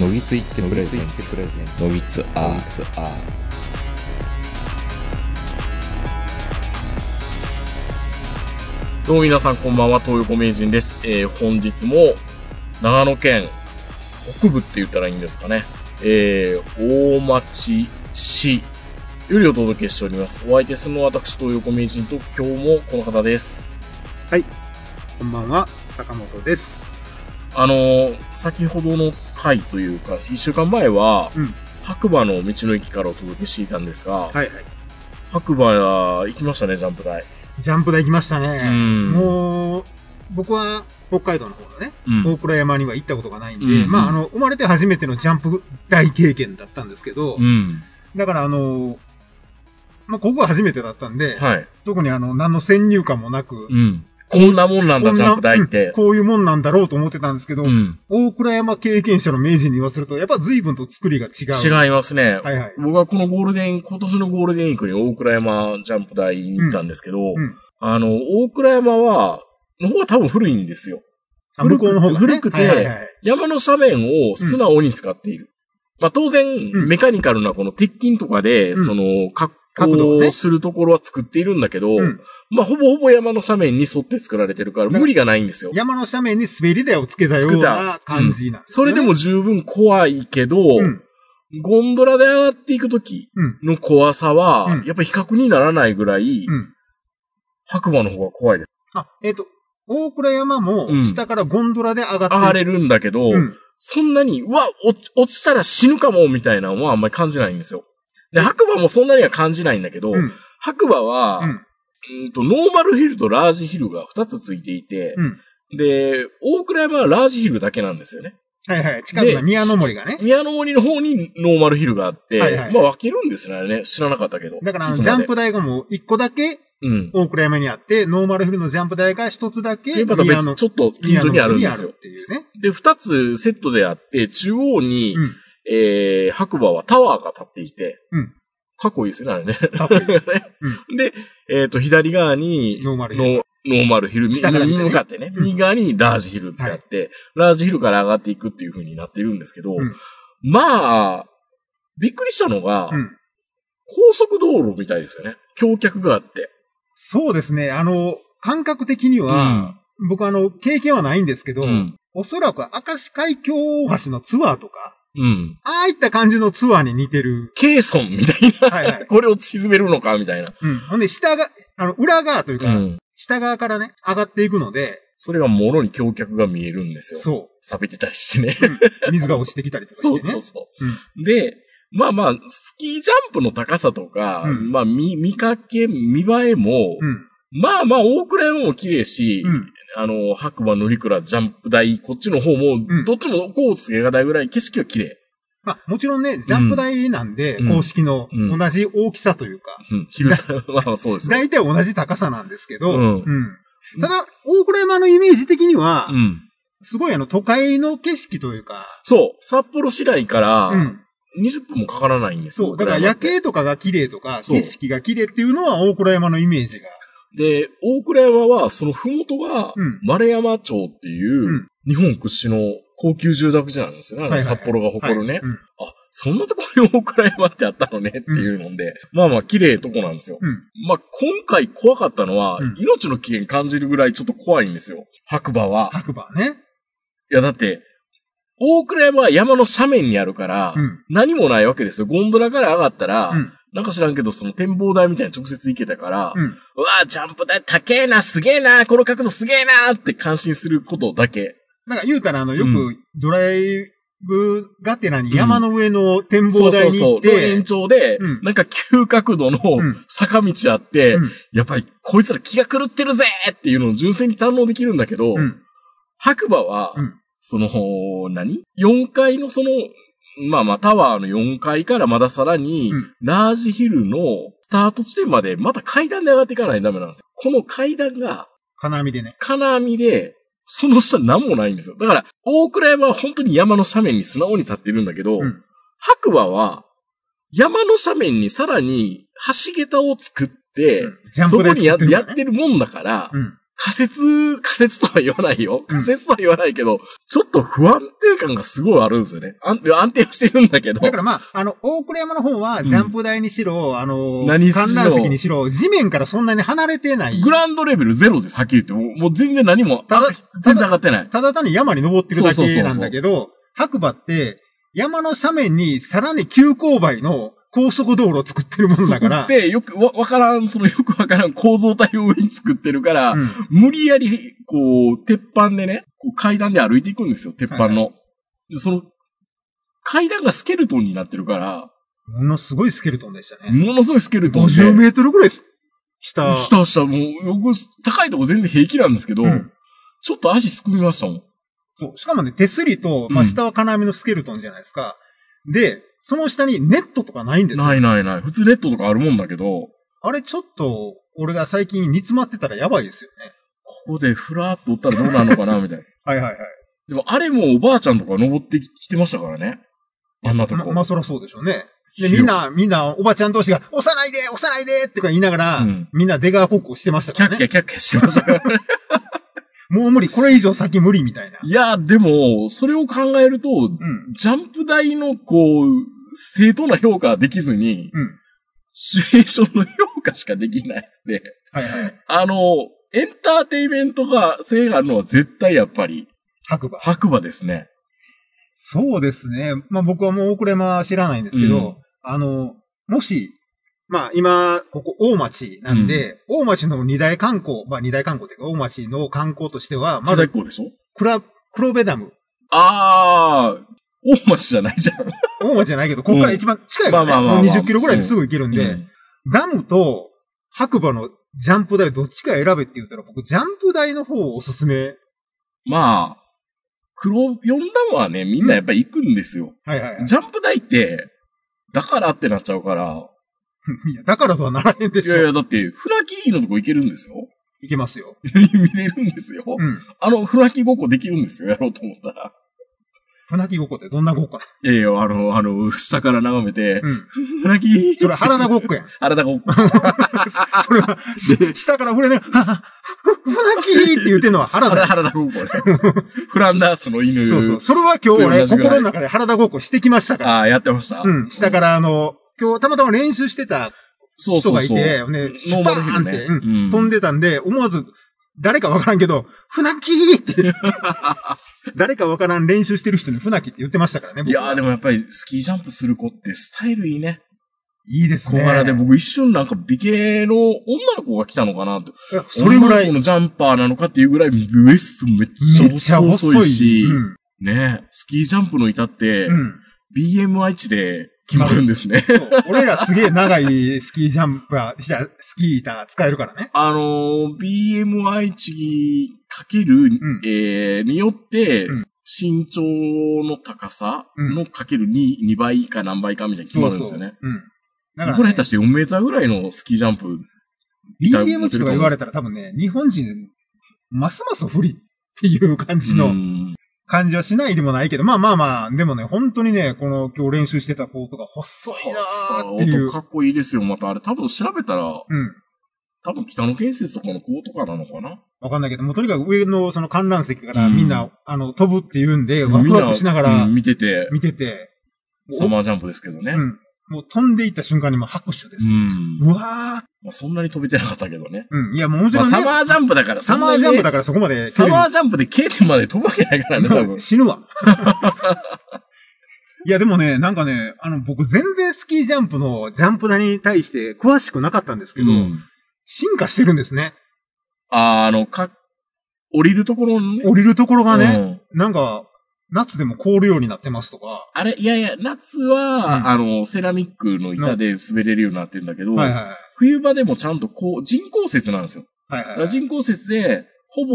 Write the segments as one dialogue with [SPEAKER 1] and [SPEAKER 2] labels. [SPEAKER 1] のぎついってプレゼンツのぎつアーツアー
[SPEAKER 2] どうも皆さんこんばんは、東横名人です。えー、本日も、長野県北部って言ったらいいんですかね。えー、大町市よりお届けしております。お相手するのは私、東横名人と、今日もこの方です。
[SPEAKER 3] こんばんは、坂本です。
[SPEAKER 2] あのー先ほどの回というか、一週間前は、
[SPEAKER 3] うん
[SPEAKER 2] 白馬の道の駅からお届けしていたんですが、
[SPEAKER 3] はいはい。
[SPEAKER 2] 白馬行きましたね、ジャンプ台。
[SPEAKER 3] ジャンプ台行きました
[SPEAKER 2] う
[SPEAKER 3] ね。
[SPEAKER 2] ん
[SPEAKER 3] もう、僕は北海道の方のね、
[SPEAKER 2] うん、
[SPEAKER 3] 大倉山には行ったことがないんで、
[SPEAKER 2] うん
[SPEAKER 3] まあ、あの、生まれて初めてのジャンプ台経験だったんですけど、
[SPEAKER 2] うん。
[SPEAKER 3] だからあの、まあ、ここは初めてだったんで、
[SPEAKER 2] はい。
[SPEAKER 3] 特にあの、何の先入観もなく、
[SPEAKER 2] うん。こんなもんなんだ、
[SPEAKER 3] こん
[SPEAKER 2] ジ
[SPEAKER 3] な
[SPEAKER 2] ャンプ台っ
[SPEAKER 3] う
[SPEAKER 2] て
[SPEAKER 3] ん。こういうもんなんだろうと思ってたんですけど、
[SPEAKER 2] うん。
[SPEAKER 3] 大倉山経験者の名人に言わせると、やっぱ随分と作りが違う。は
[SPEAKER 2] 違いますね。
[SPEAKER 3] いはい。
[SPEAKER 2] 僕はこのゴールデン、今年のゴールデンウィークに大倉山ジャンプ台に行ったんですけど、
[SPEAKER 3] うん
[SPEAKER 2] あの、大倉山は、の方が多分古いんですよ。
[SPEAKER 3] あ向こうの方が、ね。
[SPEAKER 2] 古くて
[SPEAKER 3] はいはいはい
[SPEAKER 2] 山の斜面を素直に使っている。まあ当然、
[SPEAKER 3] ん
[SPEAKER 2] メカニカルなこの鉄筋とかで、
[SPEAKER 3] うん
[SPEAKER 2] その、格
[SPEAKER 3] 角度
[SPEAKER 2] 好
[SPEAKER 3] をね
[SPEAKER 2] をするところは作っているんだけど、
[SPEAKER 3] うん
[SPEAKER 2] まあほぼほぼ山の斜面に沿って作られてるから、
[SPEAKER 3] なんか
[SPEAKER 2] 無理がないんですよ。
[SPEAKER 3] 山の斜面に滑り台をつけたような感じなんです
[SPEAKER 2] そ
[SPEAKER 3] よね、
[SPEAKER 2] れでも十分怖いけど、
[SPEAKER 3] うん、
[SPEAKER 2] ゴンドラで上がっていくとき
[SPEAKER 3] うん、
[SPEAKER 2] の怖さは、
[SPEAKER 3] うん
[SPEAKER 2] やっぱ比較にならないぐらい、
[SPEAKER 3] うん。
[SPEAKER 2] 白馬の方が怖いです。
[SPEAKER 3] あ、えっ、と、大倉山も
[SPEAKER 2] うん
[SPEAKER 3] 下からゴンドラで上がって
[SPEAKER 2] 上が
[SPEAKER 3] る。
[SPEAKER 2] れるんだけど、
[SPEAKER 3] うん。
[SPEAKER 2] そんなに、うわ、落ち、落ちたら死ぬかも、みたいなのはあんまり感じないんですよ。で、白馬もそんなには感じないんだけど、
[SPEAKER 3] うん。
[SPEAKER 2] 白馬は、
[SPEAKER 3] うん。
[SPEAKER 2] うんと、ノーマルヒルとラージヒルが2つついていて、
[SPEAKER 3] うん。
[SPEAKER 2] で、大倉山はラージヒルだけなんですよね。
[SPEAKER 3] はいはい。近くの宮の森がね。
[SPEAKER 2] 宮の森の方にノーマルヒルがあって、
[SPEAKER 3] はいはい
[SPEAKER 2] まあ分けるんですね、あれね。知らなかったけど。
[SPEAKER 3] だからあ
[SPEAKER 2] 行
[SPEAKER 3] の、
[SPEAKER 2] く
[SPEAKER 3] ジ
[SPEAKER 2] ま
[SPEAKER 3] ャ
[SPEAKER 2] で
[SPEAKER 3] ンプ台がもう一個だけ
[SPEAKER 2] うん。
[SPEAKER 3] 大倉山にあって、ノーマルフルのジャンプ台が一つだけ
[SPEAKER 2] で、また
[SPEAKER 3] 宮の
[SPEAKER 2] 別、ちょっと近所にあるんですよ
[SPEAKER 3] 宮の森にあるっ。ていうね。
[SPEAKER 2] で、二つセットであって、中央に、
[SPEAKER 3] うん。
[SPEAKER 2] えー、白馬はタワーが立っていて、
[SPEAKER 3] うん
[SPEAKER 2] かっこいいですね、あれね。
[SPEAKER 3] たっぷり
[SPEAKER 2] で、えっ、と、左側に
[SPEAKER 3] ノーマルヒル
[SPEAKER 2] ノノーマルヒル、
[SPEAKER 3] 下から見
[SPEAKER 2] 右
[SPEAKER 3] てね
[SPEAKER 2] に向かってね、
[SPEAKER 3] うん
[SPEAKER 2] 右側にラージヒルってあって、ラージヒルから上がっていくっていう風になってるんですけど、
[SPEAKER 3] うん
[SPEAKER 2] まあ、びっくりしたのが、
[SPEAKER 3] うん。
[SPEAKER 2] 高速道路みたいですよね。橋脚があって。
[SPEAKER 3] そうですね。あの、感覚的には、僕あの、経験はないんですけど、
[SPEAKER 2] うん。
[SPEAKER 3] おそらく明石海峡大橋のツアーとか、
[SPEAKER 2] うん。
[SPEAKER 3] ああいった感じのツアーに似てる。
[SPEAKER 2] ケーソンみたいな。
[SPEAKER 3] は いはい。
[SPEAKER 2] これを沈めるのかみたいな。
[SPEAKER 3] うん。ほんで、下が、あの、裏側という
[SPEAKER 2] う
[SPEAKER 3] か、
[SPEAKER 2] ん。
[SPEAKER 3] 下側からね、上がっていくので、
[SPEAKER 2] それがもろに橋脚が見えるんですよ。
[SPEAKER 3] そ
[SPEAKER 2] 錆びてたりして ね。
[SPEAKER 3] う。水が落ちてきたりとかして
[SPEAKER 2] そう
[SPEAKER 3] ね。
[SPEAKER 2] そうそう。
[SPEAKER 3] うん
[SPEAKER 2] で、まあまあ、スキージャンプの高さとか、
[SPEAKER 3] うん
[SPEAKER 2] まあ見、見かけ、見栄えも、
[SPEAKER 3] うん。
[SPEAKER 2] まあまあ、大倉山も綺麗し、
[SPEAKER 3] うん。
[SPEAKER 2] あの、白馬乗鞍ジャンプ台、こっちの方も、
[SPEAKER 3] うん
[SPEAKER 2] どっちもこうつけがたいぐらい景色は綺麗。
[SPEAKER 3] まあ、もちろんね、ジャンプ台なんで、
[SPEAKER 2] うん
[SPEAKER 3] 公式の
[SPEAKER 2] うん
[SPEAKER 3] 同じ大きさというか、
[SPEAKER 2] うん、昼さ んはまあそうですよ。
[SPEAKER 3] 大体同じ高さなんですけど、
[SPEAKER 2] う
[SPEAKER 3] うんん。ただ、大倉山のイメージ的には、
[SPEAKER 2] うん。
[SPEAKER 3] すごいあの、都会の景色というか、
[SPEAKER 2] そう、札幌市内から
[SPEAKER 3] うん。
[SPEAKER 2] 20分もかからないんですよ。
[SPEAKER 3] そう。だから
[SPEAKER 2] 大倉山
[SPEAKER 3] 夜
[SPEAKER 2] って
[SPEAKER 3] 景とかが綺麗とか、
[SPEAKER 2] そう
[SPEAKER 3] 景色が綺麗っていうのは大倉山のイメージが。
[SPEAKER 2] で、大倉山は、その麓が
[SPEAKER 3] うん、
[SPEAKER 2] 丸山町っていう、
[SPEAKER 3] うん
[SPEAKER 2] 日本屈指の高級住宅地なんですよね。あ
[SPEAKER 3] はい
[SPEAKER 2] の
[SPEAKER 3] はいはい
[SPEAKER 2] 札幌が誇るね、
[SPEAKER 3] はいうん
[SPEAKER 2] あ、そんなところに大倉山ってあったのねっていうので、まあまあ綺麗とこなんですよ。
[SPEAKER 3] うん。
[SPEAKER 2] まあ今回怖かったのは、
[SPEAKER 3] うん
[SPEAKER 2] 命の危険感じるぐらいちょっと怖いんですよ。白馬は。
[SPEAKER 3] 白馬ね。
[SPEAKER 2] いやだって、大倉山は山の斜面にあるから、
[SPEAKER 3] うん。
[SPEAKER 2] 何もないわけですよ。ゴンドラから上がったら、
[SPEAKER 3] うん。
[SPEAKER 2] なんか知らんけど、その展望台みたいに直接行けたから、
[SPEAKER 3] うん。
[SPEAKER 2] うわぁ、ジャンプ台高えな、すげえな、この角度すげえなって感心することだけ。
[SPEAKER 3] なんか言うたら、あの、よ
[SPEAKER 2] う
[SPEAKER 3] くドライブがてらに山の上の展
[SPEAKER 2] そ
[SPEAKER 3] 望
[SPEAKER 2] うそ
[SPEAKER 3] 台
[SPEAKER 2] う
[SPEAKER 3] に
[SPEAKER 2] そ
[SPEAKER 3] 行っ
[SPEAKER 2] う。の延
[SPEAKER 3] て、
[SPEAKER 2] 長で、
[SPEAKER 3] うん
[SPEAKER 2] なんか急角度の
[SPEAKER 3] ん
[SPEAKER 2] 坂道あって、
[SPEAKER 3] うん
[SPEAKER 2] やっぱりこいつら気が狂ってるぜっていうのを純粋に堪能できるんだけど、
[SPEAKER 3] うん
[SPEAKER 2] 白馬は、
[SPEAKER 3] うん
[SPEAKER 2] その、何 ?4 階のその、まあまあタワーの4階からまださらに、
[SPEAKER 3] うん
[SPEAKER 2] ラージヒルのスタート地点までまた階段で上がっていかないとダメなんですよ。この階段が、
[SPEAKER 3] 金網でね。
[SPEAKER 2] 金網で、その下何もないんですよ。だから、大倉山は本当に山の斜面に素直に立ってるんだけど、
[SPEAKER 3] うん
[SPEAKER 2] 白馬は、山の斜面にさらに橋桁を作って、
[SPEAKER 3] うんジャン
[SPEAKER 2] そ
[SPEAKER 3] プ
[SPEAKER 2] こ
[SPEAKER 3] 台
[SPEAKER 2] にや
[SPEAKER 3] 作
[SPEAKER 2] や
[SPEAKER 3] るから
[SPEAKER 2] って
[SPEAKER 3] ね
[SPEAKER 2] るもんだから、
[SPEAKER 3] うん。
[SPEAKER 2] 仮説、仮説とは言わないよ。
[SPEAKER 3] うん
[SPEAKER 2] 仮説とは言わないけど、ちょっと不安定感がすごいあるんですよね。安安定はしてるんだけど。
[SPEAKER 3] だからまあ、あの、大倉山の方は、ジャンプ台にしろ、あの、
[SPEAKER 2] 何しろ
[SPEAKER 3] 観覧席にしろ、地面からそんなに離れてない。
[SPEAKER 2] グラウンドレベルゼロです、はっきり言って。もうもう全然何も、
[SPEAKER 3] ただ
[SPEAKER 2] 全然上がってない。
[SPEAKER 3] ただ単に山に登ってるだ
[SPEAKER 2] そうそうそうそ
[SPEAKER 3] け
[SPEAKER 2] う
[SPEAKER 3] なんだけど、白馬って、山の斜面にさらに急勾配の高速道路を作ってるもんだから、
[SPEAKER 2] で、よく、わ、わからん、そのよくわからん構造体を上に作ってるから、
[SPEAKER 3] うん
[SPEAKER 2] 無理やり、こう、鉄板でね、こう階段で歩いていくんですよ、鉄板の。でその、階段がスケルトンになってるから、
[SPEAKER 3] ものすごいスケルトンでしたね。
[SPEAKER 2] ものすごいスケルトンで。
[SPEAKER 3] 50メートルぐらい下。
[SPEAKER 2] 下下、もう、僕、高いとこ全然平気なんですけど、
[SPEAKER 3] うん
[SPEAKER 2] ちょっと足すくみましたもん。
[SPEAKER 3] そう。しかもね、手すりと、ま
[SPEAKER 2] う
[SPEAKER 3] あ、
[SPEAKER 2] ん
[SPEAKER 3] 下は金網のスケルトンじゃないですか。で、その下にネットとかないんですよ。
[SPEAKER 2] ないないない。普通ネットとかあるもんだけど、
[SPEAKER 3] あれちょっと、俺が最近煮詰まってたらやばいですよね。
[SPEAKER 2] ここでふらーっとおったらどうなるの かな、みたいな。
[SPEAKER 3] はいはいはい。
[SPEAKER 2] でも、あれもおばあちゃんとか登ってきてましたからね。あんなと
[SPEAKER 3] ま
[SPEAKER 2] こ。
[SPEAKER 3] まあ、そらそうでしょうね。で、
[SPEAKER 2] 広い
[SPEAKER 3] みんな、みんな、おばちゃん同士が、押さないで押さないでってか言いながら、
[SPEAKER 2] うん
[SPEAKER 3] みんな出川ごっこしてました
[SPEAKER 2] キ
[SPEAKER 3] か
[SPEAKER 2] ャ
[SPEAKER 3] ら
[SPEAKER 2] ッキャ
[SPEAKER 3] ね。
[SPEAKER 2] キャッキャしてましたからね。
[SPEAKER 3] もう無理、これ以上先無理みたいな。
[SPEAKER 2] いや、でも、それを考えると、
[SPEAKER 3] うん。
[SPEAKER 2] ジャンプ台の、こう、正当な評価はできずに、
[SPEAKER 3] うん。
[SPEAKER 2] シチュエーションの評価しかできないで、
[SPEAKER 3] はいはい。
[SPEAKER 2] あの、エンターテイメントが、性があるのは絶対やっぱり、
[SPEAKER 3] 白馬。
[SPEAKER 2] 白馬ですね。
[SPEAKER 3] そうですね。まあ僕はもう大倉山知らないんですけど、
[SPEAKER 2] うん
[SPEAKER 3] あの、もし、まあ今、ここ大町なんで、大町の二大観光、まあ二大観光というか、大町の観光としては、ま
[SPEAKER 2] まだ
[SPEAKER 3] ず、
[SPEAKER 2] こうでしょ
[SPEAKER 3] 黒黒部ダム。
[SPEAKER 2] あー、大町じゃないじゃ ん。
[SPEAKER 3] 大町じゃないけど、ここから一番近いから、ね
[SPEAKER 2] まあまあまあ
[SPEAKER 3] も
[SPEAKER 2] ま
[SPEAKER 3] う
[SPEAKER 2] あ
[SPEAKER 3] 20キロぐらいですぐ行けるんで、
[SPEAKER 2] うん
[SPEAKER 3] ダムと白馬のジャンプ台どっちか選べって言ったら、僕、ジャンプ台の方をおすすめ。
[SPEAKER 2] まあ、黒、4ダムはね、みんなやっぱり行くんですよ。
[SPEAKER 3] はいはいはい。
[SPEAKER 2] ジャンプ台って、だからってなっちゃうから、
[SPEAKER 3] いやだからとはならへんで
[SPEAKER 2] い
[SPEAKER 3] しょ。
[SPEAKER 2] やいや、だって、船木のとこ行けるんですよ。
[SPEAKER 3] いけますよ。
[SPEAKER 2] 見れるんですよ。
[SPEAKER 3] うん。
[SPEAKER 2] あの、船木ごっこできるんですよ、やろうと思ったら。
[SPEAKER 3] 船木ごっこってどんなごっこ
[SPEAKER 2] いやいや、あの、あの、下から眺めて、
[SPEAKER 3] なうん。
[SPEAKER 2] 船木、
[SPEAKER 3] それ、原田ごっこやん。
[SPEAKER 2] 原田ごっこ。
[SPEAKER 3] それは、し下から触れながら、ははふ船木って言ってんのは原
[SPEAKER 2] 原田、
[SPEAKER 3] 田。
[SPEAKER 2] 原田ごっこね。フランダースの犬。
[SPEAKER 3] そうそう。それは今日
[SPEAKER 2] 同
[SPEAKER 3] 俺、
[SPEAKER 2] じぐらい
[SPEAKER 3] 心の中で原田ごっこしてきましたから。
[SPEAKER 2] ああ、やってました。
[SPEAKER 3] うん。下から、あの、今日たまたま練習してた
[SPEAKER 2] そうそ
[SPEAKER 3] 人
[SPEAKER 2] う
[SPEAKER 3] が
[SPEAKER 2] そう。
[SPEAKER 3] いて、ね、シュ
[SPEAKER 2] ノー
[SPEAKER 3] パ
[SPEAKER 2] マルヒ
[SPEAKER 3] ーン
[SPEAKER 2] ル
[SPEAKER 3] っ
[SPEAKER 2] ね
[SPEAKER 3] て、うん
[SPEAKER 2] うん
[SPEAKER 3] 飛んでたんで、思わず、誰かわからんけど、船木って、誰かわからん練習してる人に船木って言ってましたからね、
[SPEAKER 2] いやーで
[SPEAKER 3] も。
[SPEAKER 2] もやっぱりスキージャンプする子ってスタイルいいね。
[SPEAKER 3] いいです
[SPEAKER 2] 小
[SPEAKER 3] ね。
[SPEAKER 2] 柄で僕一瞬なんか美形の女の子が来たのかなって。
[SPEAKER 3] いやそれぐら
[SPEAKER 2] 女の子
[SPEAKER 3] い、
[SPEAKER 2] のジャンパーなのかっていうぐらいウエストめっ
[SPEAKER 3] めっ
[SPEAKER 2] ち
[SPEAKER 3] ちゃ
[SPEAKER 2] ゃ細
[SPEAKER 3] 細
[SPEAKER 2] い
[SPEAKER 3] い。
[SPEAKER 2] し、
[SPEAKER 3] うん
[SPEAKER 2] ねえスキージャンプの板って、
[SPEAKER 3] うん。
[SPEAKER 2] BMI 値で決まるんですね。
[SPEAKER 3] そう俺らすげえ長いスキージャンパー、じゃあスキー板使えるからね。
[SPEAKER 2] あのー、BMI 値かける、
[SPEAKER 3] ん
[SPEAKER 2] えー、によって、
[SPEAKER 3] うん
[SPEAKER 2] 身長の高さのかける 2, 2倍か何倍かみたいな決まるんですよね。
[SPEAKER 3] そうそう。うん。だ
[SPEAKER 2] 僕
[SPEAKER 3] からら、
[SPEAKER 2] これ
[SPEAKER 3] ね
[SPEAKER 2] 下、手して4メーターぐらいのスキージャンプ
[SPEAKER 3] BM 値とか言われたら多分ね、日本人、ますます不利っていう感じの、
[SPEAKER 2] うん
[SPEAKER 3] 感じはしないでもないけど、まあまあまあ、でもね、本当にね、この今日練習してた子とか細いなーっていう。
[SPEAKER 2] 音かっこいいですよ、また。あれ、多分調べたら、
[SPEAKER 3] うん。
[SPEAKER 2] 多分北野建設とかの子とかなのかな。
[SPEAKER 3] わかんないけど、もうとにかく上のその観覧席から
[SPEAKER 2] うん
[SPEAKER 3] みんな、あの、飛ぶっていうんで、ワクワクしながら
[SPEAKER 2] うん見てて、
[SPEAKER 3] 見てて、
[SPEAKER 2] サマージャンプですけどね。う
[SPEAKER 3] う
[SPEAKER 2] ん。
[SPEAKER 3] ん。もう飛んでいった瞬間にもう拍手です。うわー
[SPEAKER 2] まあ、そんなに飛べてなかったけどね。
[SPEAKER 3] うん。いや、もうもち
[SPEAKER 2] まあ、
[SPEAKER 3] ろんね
[SPEAKER 2] サ、マージャンプだから、
[SPEAKER 3] サマージャンプだ
[SPEAKER 2] か
[SPEAKER 3] からそこまで
[SPEAKER 2] サマージャンプで K 点まで飛ぶわけないからね、多分。
[SPEAKER 3] 死ぬわ。いや、でもね、なんかね、あの、僕全然スキージャンプのジャンプ台に対して詳しくなかったんですけ
[SPEAKER 2] う
[SPEAKER 3] ど、
[SPEAKER 2] ん
[SPEAKER 3] 進化してるんですね。
[SPEAKER 2] あーあの、か、降りるところのね。
[SPEAKER 3] 降りるところが
[SPEAKER 2] う
[SPEAKER 3] ね、
[SPEAKER 2] ん
[SPEAKER 3] なんか、夏でも凍るようになってますとか。
[SPEAKER 2] あれ、いやいや、夏は、
[SPEAKER 3] うん
[SPEAKER 2] あの、セラミックの板で滑れるようになってんだけど、
[SPEAKER 3] はいはいはい。
[SPEAKER 2] 冬場でもちゃんとこう、人工雪なんですよ。
[SPEAKER 3] は
[SPEAKER 2] だ
[SPEAKER 3] いはい
[SPEAKER 2] か
[SPEAKER 3] は
[SPEAKER 2] ら
[SPEAKER 3] い。
[SPEAKER 2] 人工雪で、ほぼ、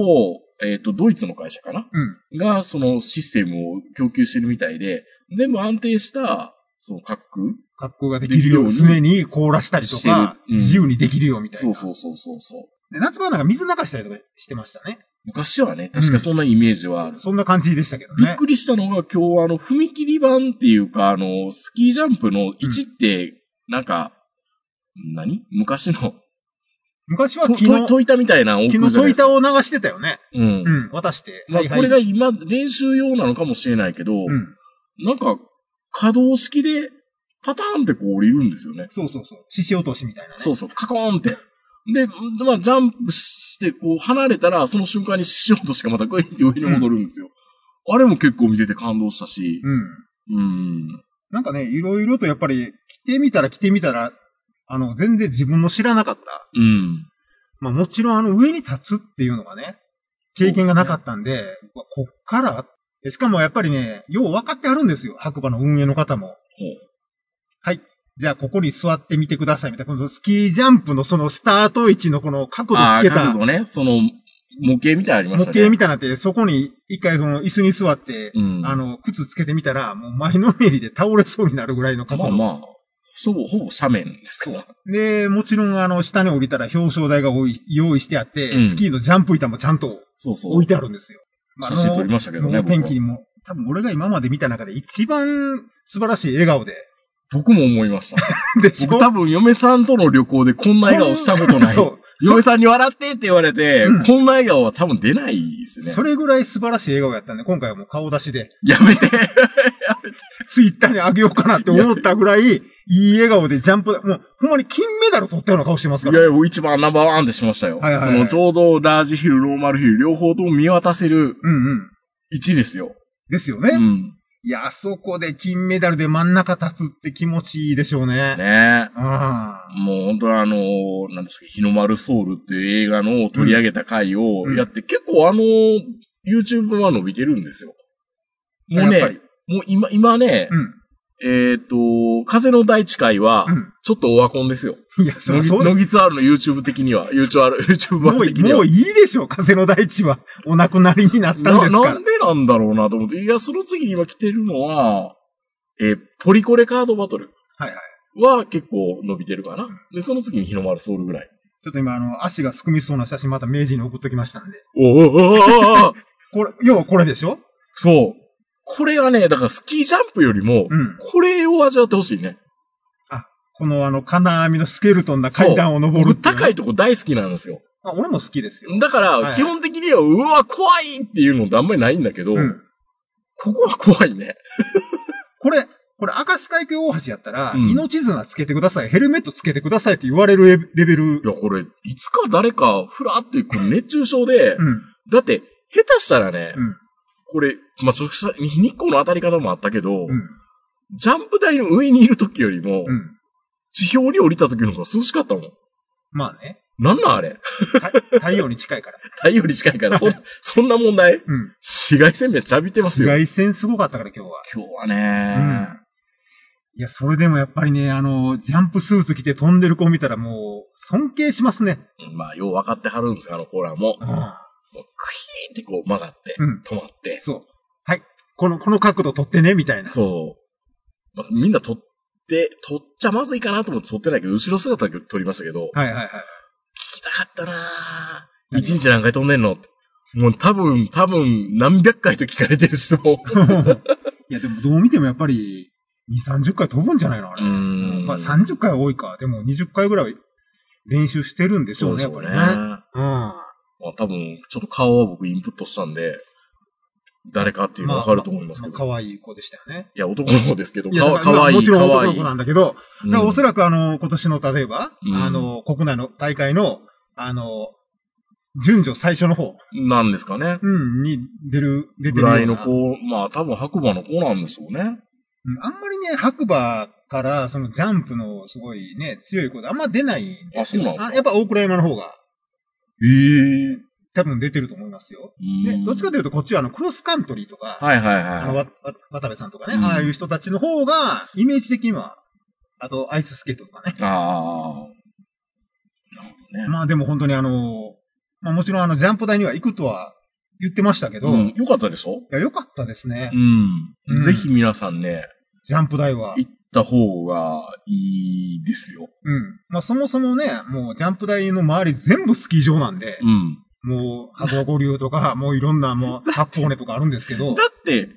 [SPEAKER 2] えっ、と、ドイツの会社かな
[SPEAKER 3] うん。
[SPEAKER 2] が、そのシステムを供給してるみたいで、全部安定した、その滑空
[SPEAKER 3] 格好ができるように、
[SPEAKER 2] できるよう
[SPEAKER 3] 常に凍らしたりとか、
[SPEAKER 2] してるうん
[SPEAKER 3] 自由にできるよみたいな。
[SPEAKER 2] そうそうそうそうそう。
[SPEAKER 3] で夏場なんか水流したりとかしてましたね。
[SPEAKER 2] 昔はね、確かそんなイメージはある。
[SPEAKER 3] そんな感じでしたけど
[SPEAKER 2] びっ
[SPEAKER 3] ね。
[SPEAKER 2] くりしたのが今日あの、踏切板っていうか、あの、スキージャンプの位置って、なんか、何昔の、
[SPEAKER 3] 昔は
[SPEAKER 2] と
[SPEAKER 3] 木
[SPEAKER 2] と
[SPEAKER 3] の、
[SPEAKER 2] といたみたいなの多
[SPEAKER 3] 木
[SPEAKER 2] く
[SPEAKER 3] の
[SPEAKER 2] じゃない
[SPEAKER 3] 戸
[SPEAKER 2] ですか。
[SPEAKER 3] 板を流してたよね。
[SPEAKER 2] うん
[SPEAKER 3] う。ん、渡して。
[SPEAKER 2] まあ、これが今、練習用なのかもしれないけど、
[SPEAKER 3] うん。
[SPEAKER 2] なんか、可動式で、パターンってこう降りるんですよね。
[SPEAKER 3] そうそうそう。獅子落としみたいなね。
[SPEAKER 2] そうそう、カコーンって。で、まあ、ジャンプして、こう、離れたら、その瞬間にションとしかまたグイって上に戻るんですよ。あれも結構見てて感動したし、
[SPEAKER 3] うん。
[SPEAKER 2] うん。
[SPEAKER 3] なんかね、いろいろとやっぱり、着てみたら着てみたら、あの、全然自分の知らなかった。
[SPEAKER 2] うん。
[SPEAKER 3] まあもちろんあの上に立つっていうのがね、経験がなかったんで、うわこっから、でしかもやっぱりね、よう分かってあるんですよ、白馬の運営の方も。はい。じゃあここに座ってみてくださいみたいな、このスキージャンプのそのスタート位置のこの角度
[SPEAKER 2] あ
[SPEAKER 3] つ
[SPEAKER 2] あ、
[SPEAKER 3] けた
[SPEAKER 2] 角
[SPEAKER 3] 模
[SPEAKER 2] 度ね、その、模型みたいなのありましたね。
[SPEAKER 3] 型みたいになって、そこに一回この椅子に座って、
[SPEAKER 2] うん。
[SPEAKER 3] あの、靴つけてみたら、もう前のめりで倒れそうになるぐらいの角
[SPEAKER 2] まあ
[SPEAKER 3] 度。
[SPEAKER 2] まあ、ほぼ、ほぼ斜面ですから。
[SPEAKER 3] で、もちろんあの、下に降りたら表彰台が多い用意してあって、
[SPEAKER 2] うん
[SPEAKER 3] スキーのジャンプ板もちゃんと
[SPEAKER 2] そうそう。
[SPEAKER 3] 置いてあるんですよ。まあ
[SPEAKER 2] 写真撮りましたけどね、
[SPEAKER 3] もう
[SPEAKER 2] 僕
[SPEAKER 3] 天
[SPEAKER 2] は
[SPEAKER 3] 気にも、多分俺が今まで見た中で一番素晴らしい笑顔で。
[SPEAKER 2] 僕も思いました。
[SPEAKER 3] でしょ
[SPEAKER 2] 僕多分嫁さんとの旅行でこんな笑顔したことない。
[SPEAKER 3] そう。
[SPEAKER 2] 嫁さんに笑ってって言われて、
[SPEAKER 3] うん
[SPEAKER 2] こんな笑顔は多分出ないですね
[SPEAKER 3] そ。れぐらい素晴らしい笑顔やったんで、今回はもう顔出しで、
[SPEAKER 2] やめて。
[SPEAKER 3] ツイッターにあげようかなって思ったぐらい、いい笑顔でジャンプ、もうほんまに金メダル取ったような顔してますか
[SPEAKER 2] いや
[SPEAKER 3] ら。
[SPEAKER 2] いや、一番ナンバーワンってしましたよ。
[SPEAKER 3] はいはいはい
[SPEAKER 2] その、ちょうどラージヒル、ローマルヒル、両方とも見渡せる
[SPEAKER 3] うんうん。
[SPEAKER 2] 位置ですよ。
[SPEAKER 3] ですよね。
[SPEAKER 2] うん。
[SPEAKER 3] いや、あそこで金メダルで真ん中立つって気持ちいいでしょうね。
[SPEAKER 2] ねえ。
[SPEAKER 3] ああ。
[SPEAKER 2] もう本当はあのー、なんですか、日の丸ソウルっていう映画の取り上げた回をやって、結構あのー、YouTube は伸びてるんですよ。もう
[SPEAKER 3] やっぱ
[SPEAKER 2] ね
[SPEAKER 3] り、
[SPEAKER 2] もう今、今ね、
[SPEAKER 3] うん。
[SPEAKER 2] えっ、と、風の大地会は、
[SPEAKER 3] う
[SPEAKER 2] ちょっとオワコンですよ。
[SPEAKER 3] ん。いや、そり
[SPEAKER 2] ノ
[SPEAKER 3] ゃ
[SPEAKER 2] ギ
[SPEAKER 3] そう
[SPEAKER 2] ノギツアールの YouTube 的には、YouTube、YouTube
[SPEAKER 3] も
[SPEAKER 2] 版
[SPEAKER 3] う
[SPEAKER 2] 的に
[SPEAKER 3] も
[SPEAKER 2] は
[SPEAKER 3] う。いいでしょう、風の大地は。お亡くなりになったんですか
[SPEAKER 2] な
[SPEAKER 3] ら。
[SPEAKER 2] なんでなんだろうなと思って。いや、その次に今来てるのは、えーポリコレカードバトル。
[SPEAKER 3] はいはい
[SPEAKER 2] は結構伸びてるかな。で、その次に日の丸ソウルぐらい。
[SPEAKER 3] ちょっと今、あの、足がすくみそうな写真また明治に送っときましたんで。
[SPEAKER 2] おおおおお
[SPEAKER 3] これ、要はこれでしょ
[SPEAKER 2] そう。これがね、だからスキージャンプよりも、
[SPEAKER 3] うん。
[SPEAKER 2] これを味わってほしいね。
[SPEAKER 3] このあの、金網のスケルトンな階段を登る
[SPEAKER 2] 僕
[SPEAKER 3] ってうね
[SPEAKER 2] 高いとこ大好きなんですよ。
[SPEAKER 3] あ、俺も好きですよ。
[SPEAKER 2] だか
[SPEAKER 3] は
[SPEAKER 2] ら、
[SPEAKER 3] い
[SPEAKER 2] 基本的には、うわ、怖いっていうのってあんまりないんだけど、
[SPEAKER 3] うん。
[SPEAKER 2] ここは怖いね。
[SPEAKER 3] これ、これ、明石海峡大橋やったら、
[SPEAKER 2] うん
[SPEAKER 3] 命綱つけてください、ヘルメットつけてくださいって言われるレベル
[SPEAKER 2] い。や、これ、いつか誰か、ふらってこう熱中症で、
[SPEAKER 3] うん。
[SPEAKER 2] だって、下手したらね、
[SPEAKER 3] うん
[SPEAKER 2] これ、まあ、直射日光の当たり方もあったけど、
[SPEAKER 3] うん。
[SPEAKER 2] ジャンプ台の上にいる時よりも、
[SPEAKER 3] うん。
[SPEAKER 2] 地表に降りた時の方が涼しかったもん。
[SPEAKER 3] まあね。
[SPEAKER 2] なんなんあれ
[SPEAKER 3] た 太陽に近いから。
[SPEAKER 2] 太陽に近いから、そん そんな問題
[SPEAKER 3] うん。
[SPEAKER 2] 紫外線めっちゃ浴びてます
[SPEAKER 3] 紫
[SPEAKER 2] よ。
[SPEAKER 3] 外線すごかったから、今日は。
[SPEAKER 2] 今日は
[SPEAKER 3] うん
[SPEAKER 2] ね、。
[SPEAKER 3] いや、それでもやっぱりね、あの、ジャンプスーツ着て飛んでる子を見たらもう、尊敬しますね。
[SPEAKER 2] まあ、よう分かってはるんですよあのコーラも。
[SPEAKER 3] う。
[SPEAKER 2] もうんクイーンってこう曲がって、
[SPEAKER 3] うん。
[SPEAKER 2] 止まって、
[SPEAKER 3] そう。はい。この、この角度取ってね、みたいな。
[SPEAKER 2] そう。まあ、みんな撮って、撮っちゃまずいかなと思って撮ってないけど、後ろ姿だけ撮りましたけど、
[SPEAKER 3] はいはいはい。
[SPEAKER 2] 聞きたかったなぁ。
[SPEAKER 3] 何
[SPEAKER 2] 一日何回飛んでんのって。もう多分、多分、何百回と聞かれてる質問。
[SPEAKER 3] いや、 でもどう見てもやっぱり、2、30回飛ぶんじゃないのあれ。
[SPEAKER 2] うーん
[SPEAKER 3] まあ30回は多いか。でも20回ぐらい練習してるんでし
[SPEAKER 2] そ
[SPEAKER 3] ょ
[SPEAKER 2] う
[SPEAKER 3] うね、
[SPEAKER 2] で
[SPEAKER 3] や
[SPEAKER 2] す
[SPEAKER 3] っぱ
[SPEAKER 2] よ
[SPEAKER 3] り
[SPEAKER 2] ね。
[SPEAKER 3] ね。
[SPEAKER 2] ま
[SPEAKER 3] うん。
[SPEAKER 2] あ多分、ちょっと顔は僕インプットしたんで、誰かっていうのわかると思いますけど。
[SPEAKER 3] 可愛い子でしたよね。
[SPEAKER 2] いや、男の方ですけど、
[SPEAKER 3] いや、
[SPEAKER 2] か
[SPEAKER 3] だ
[SPEAKER 2] わ
[SPEAKER 3] から
[SPEAKER 2] かわい
[SPEAKER 3] も
[SPEAKER 2] い、
[SPEAKER 3] ち
[SPEAKER 2] か
[SPEAKER 3] ろん
[SPEAKER 2] わ
[SPEAKER 3] 男の
[SPEAKER 2] いい
[SPEAKER 3] 子。なんだけど、だからおそ
[SPEAKER 2] ら
[SPEAKER 3] らくあの、今年の例えば、
[SPEAKER 2] うん
[SPEAKER 3] あの、国内の大会の、あの、順序最初の方、
[SPEAKER 2] く。なんですかね。
[SPEAKER 3] うん、に出る、出て
[SPEAKER 2] ぐ
[SPEAKER 3] るような
[SPEAKER 2] らいの子、まあ多分白馬の子なんでしょうね。
[SPEAKER 3] うんあんまりね、白馬から、そのジャンプのすごいね、強い子であんま出ないんです
[SPEAKER 2] あそう
[SPEAKER 3] よ。
[SPEAKER 2] なんですか
[SPEAKER 3] やっぱ大倉山の方が
[SPEAKER 2] ええ
[SPEAKER 3] 多分出てると思いますよ。で、どっちかというとこっちはあの、クロスカントリーとか、
[SPEAKER 2] はいはい
[SPEAKER 3] あの、
[SPEAKER 2] はい。
[SPEAKER 3] わわ渡部さんとかね、
[SPEAKER 2] うん
[SPEAKER 3] ああいう人たちの方が、イメージ的には、あとアイススケートとかね。
[SPEAKER 2] ああ。なるほどね。
[SPEAKER 3] まあでも本当にあの、まあもちろんあの、ジャンプ台には行くとは言ってましたけど、
[SPEAKER 2] うん
[SPEAKER 3] い
[SPEAKER 2] よかったでしょ
[SPEAKER 3] や、良かったですね
[SPEAKER 2] う。ん
[SPEAKER 3] うん
[SPEAKER 2] ぜひ皆さんね、
[SPEAKER 3] ジャンプ台は。
[SPEAKER 2] 行った方がいいですよ。
[SPEAKER 3] うん。まあそもそもね、もうジャンプ台の周り全部スキー場なんで、
[SPEAKER 2] うん。
[SPEAKER 3] もう、ハド五流とか、もういろんな、もう、八方根とかあるんですけど、
[SPEAKER 2] だって、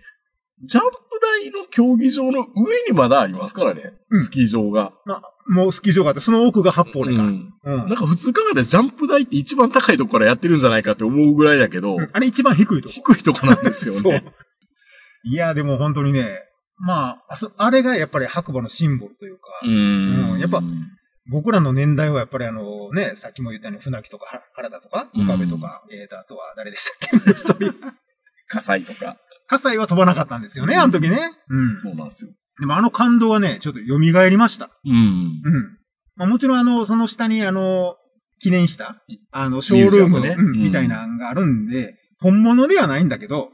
[SPEAKER 2] ジャンプ台の競技場の上にまだありますからね。
[SPEAKER 3] うん
[SPEAKER 2] スキー場が。
[SPEAKER 3] まあ、もうスキー場があって、その奥が八方でか。
[SPEAKER 2] う
[SPEAKER 3] うん。
[SPEAKER 2] んなんか普通考えたらジャンプ台って一番高いとこからやってるんじゃないかって思うぐらいだけど、
[SPEAKER 3] うんあれ一番低いとこ。
[SPEAKER 2] 低いとこなんですよね。。
[SPEAKER 3] いや、でも本当にね、まあ、あそあれがやっぱり白馬のシンボルというか、
[SPEAKER 2] ん
[SPEAKER 3] うんやっぱ僕らの年代はやっぱりあのね、さっきも言ったように船木とかは原田とか、
[SPEAKER 2] うん
[SPEAKER 3] 岡部とか、えーと、あとは誰でしたっけ、 一人。
[SPEAKER 2] 火災とか。
[SPEAKER 3] 葛西は飛ばなかったんですよね、あの時ね。うん。
[SPEAKER 2] そうなんですよ。
[SPEAKER 3] でもあの感動はね、ちょっと蘇りました。
[SPEAKER 2] うん
[SPEAKER 3] う。ん。まあ、もちろんあの、その下にあの、記念した、あの、ショールー
[SPEAKER 2] ミ
[SPEAKER 3] ム、
[SPEAKER 2] ュージアムね
[SPEAKER 3] うん
[SPEAKER 2] うん
[SPEAKER 3] みたいなのがあるんで、本物ではないんだけど、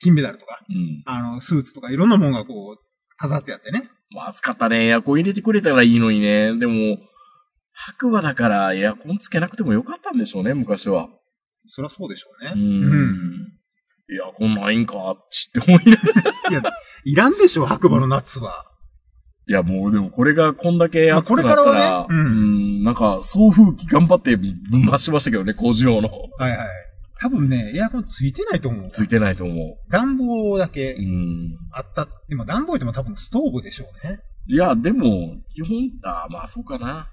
[SPEAKER 3] 金メダルとか、
[SPEAKER 2] うん。
[SPEAKER 3] あの、スーツとかいろんなもんがこう、飾ってあってね。
[SPEAKER 2] まあ暑かったね。エアコン入れてくれたらいいのにね。でも、白馬だからエアコンつけなくてもよかったんでしょうね、昔は。
[SPEAKER 3] そりゃそうでしょうね。
[SPEAKER 2] うん
[SPEAKER 3] うん。
[SPEAKER 2] エアコンないんか、ちって思いな がら。
[SPEAKER 3] いらんでしょ、白馬の夏は。
[SPEAKER 2] いや、もうでもこれがこんだけ暑くなったら、
[SPEAKER 3] まあこれからはねうん
[SPEAKER 2] うんなんか、送風機頑張ってぶん回しましたけどね、工場の。
[SPEAKER 3] はいはい。多分ね、エアコンついてないと思う。
[SPEAKER 2] ついてないと思
[SPEAKER 3] 暖房だ
[SPEAKER 2] う。
[SPEAKER 3] け
[SPEAKER 2] うん。
[SPEAKER 3] あった。でも暖房でも多分ストーブでしょうね。
[SPEAKER 2] いや、でも、基本、あまあそうかな。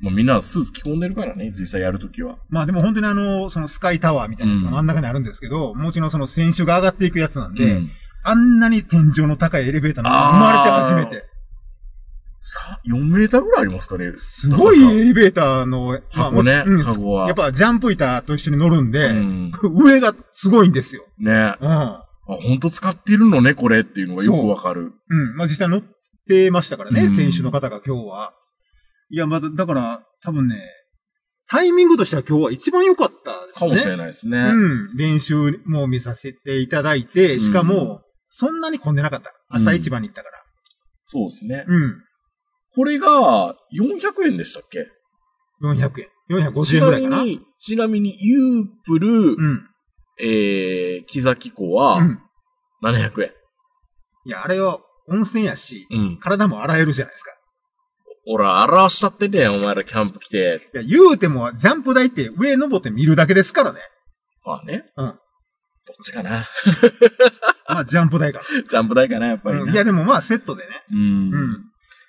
[SPEAKER 3] うん。
[SPEAKER 2] もうみんなスーツ着込んでるからね、実際やるときは。
[SPEAKER 3] まあでも本当にあの、そのスカイタワーみたいなやつが真ん中にあるんですけど、もちろんその選手が上がっていくやつなんで、
[SPEAKER 2] うん
[SPEAKER 3] あんなに天井の高いエレベーターなん
[SPEAKER 2] あー
[SPEAKER 3] て生まれて初めて。
[SPEAKER 2] さ4メーターぐらいありますかね。
[SPEAKER 3] すごいエレベーターの、
[SPEAKER 2] 箱ね、
[SPEAKER 3] もち
[SPEAKER 2] 箱
[SPEAKER 3] う
[SPEAKER 2] は。
[SPEAKER 3] ん、やっぱジャンプ板と一緒に乗るんで、
[SPEAKER 2] うん、
[SPEAKER 3] 上がすごいんですよ。
[SPEAKER 2] ねあ、
[SPEAKER 3] うん。う
[SPEAKER 2] 本当使ってるのね、これっていうのがよくわかる。
[SPEAKER 3] ん。まあ実際乗ってましたからね、
[SPEAKER 2] うん
[SPEAKER 3] 選手の方が今日は。いや、まだ、だから、多分ね、タイミングとしては今日は一番良かったです
[SPEAKER 2] か
[SPEAKER 3] ね。
[SPEAKER 2] もしれないですね。
[SPEAKER 3] うん、練習も見させていただいて、しかも、そんなに混んでなかった。朝一番に行ったから。
[SPEAKER 2] そうですね。
[SPEAKER 3] うん。
[SPEAKER 2] これが、400円でしたっけ
[SPEAKER 3] 400円。450
[SPEAKER 2] ち
[SPEAKER 3] 円ぐ
[SPEAKER 2] な
[SPEAKER 3] らい
[SPEAKER 2] み
[SPEAKER 3] かな。
[SPEAKER 2] に、ちなみに、ユープル、
[SPEAKER 3] うん。
[SPEAKER 2] えー、木崎湖は
[SPEAKER 3] う、ん。
[SPEAKER 2] 700円。
[SPEAKER 3] いや、あれは温泉やし、
[SPEAKER 2] うん。
[SPEAKER 3] 体も洗えるじゃないですか。
[SPEAKER 2] ほら、表したってね、お前らキャンプ来て。
[SPEAKER 3] いや、言うても、ジャンプ台って上登って見るだけですからね。
[SPEAKER 2] まあね。
[SPEAKER 3] うん
[SPEAKER 2] どっちかな。
[SPEAKER 3] まあ、ジャンプ台か
[SPEAKER 2] ジャンプ台かな、やっぱ
[SPEAKER 3] ら。
[SPEAKER 2] り
[SPEAKER 3] うん
[SPEAKER 2] な。
[SPEAKER 3] いや、でもまあ、セットでね。
[SPEAKER 2] う。
[SPEAKER 3] うんん。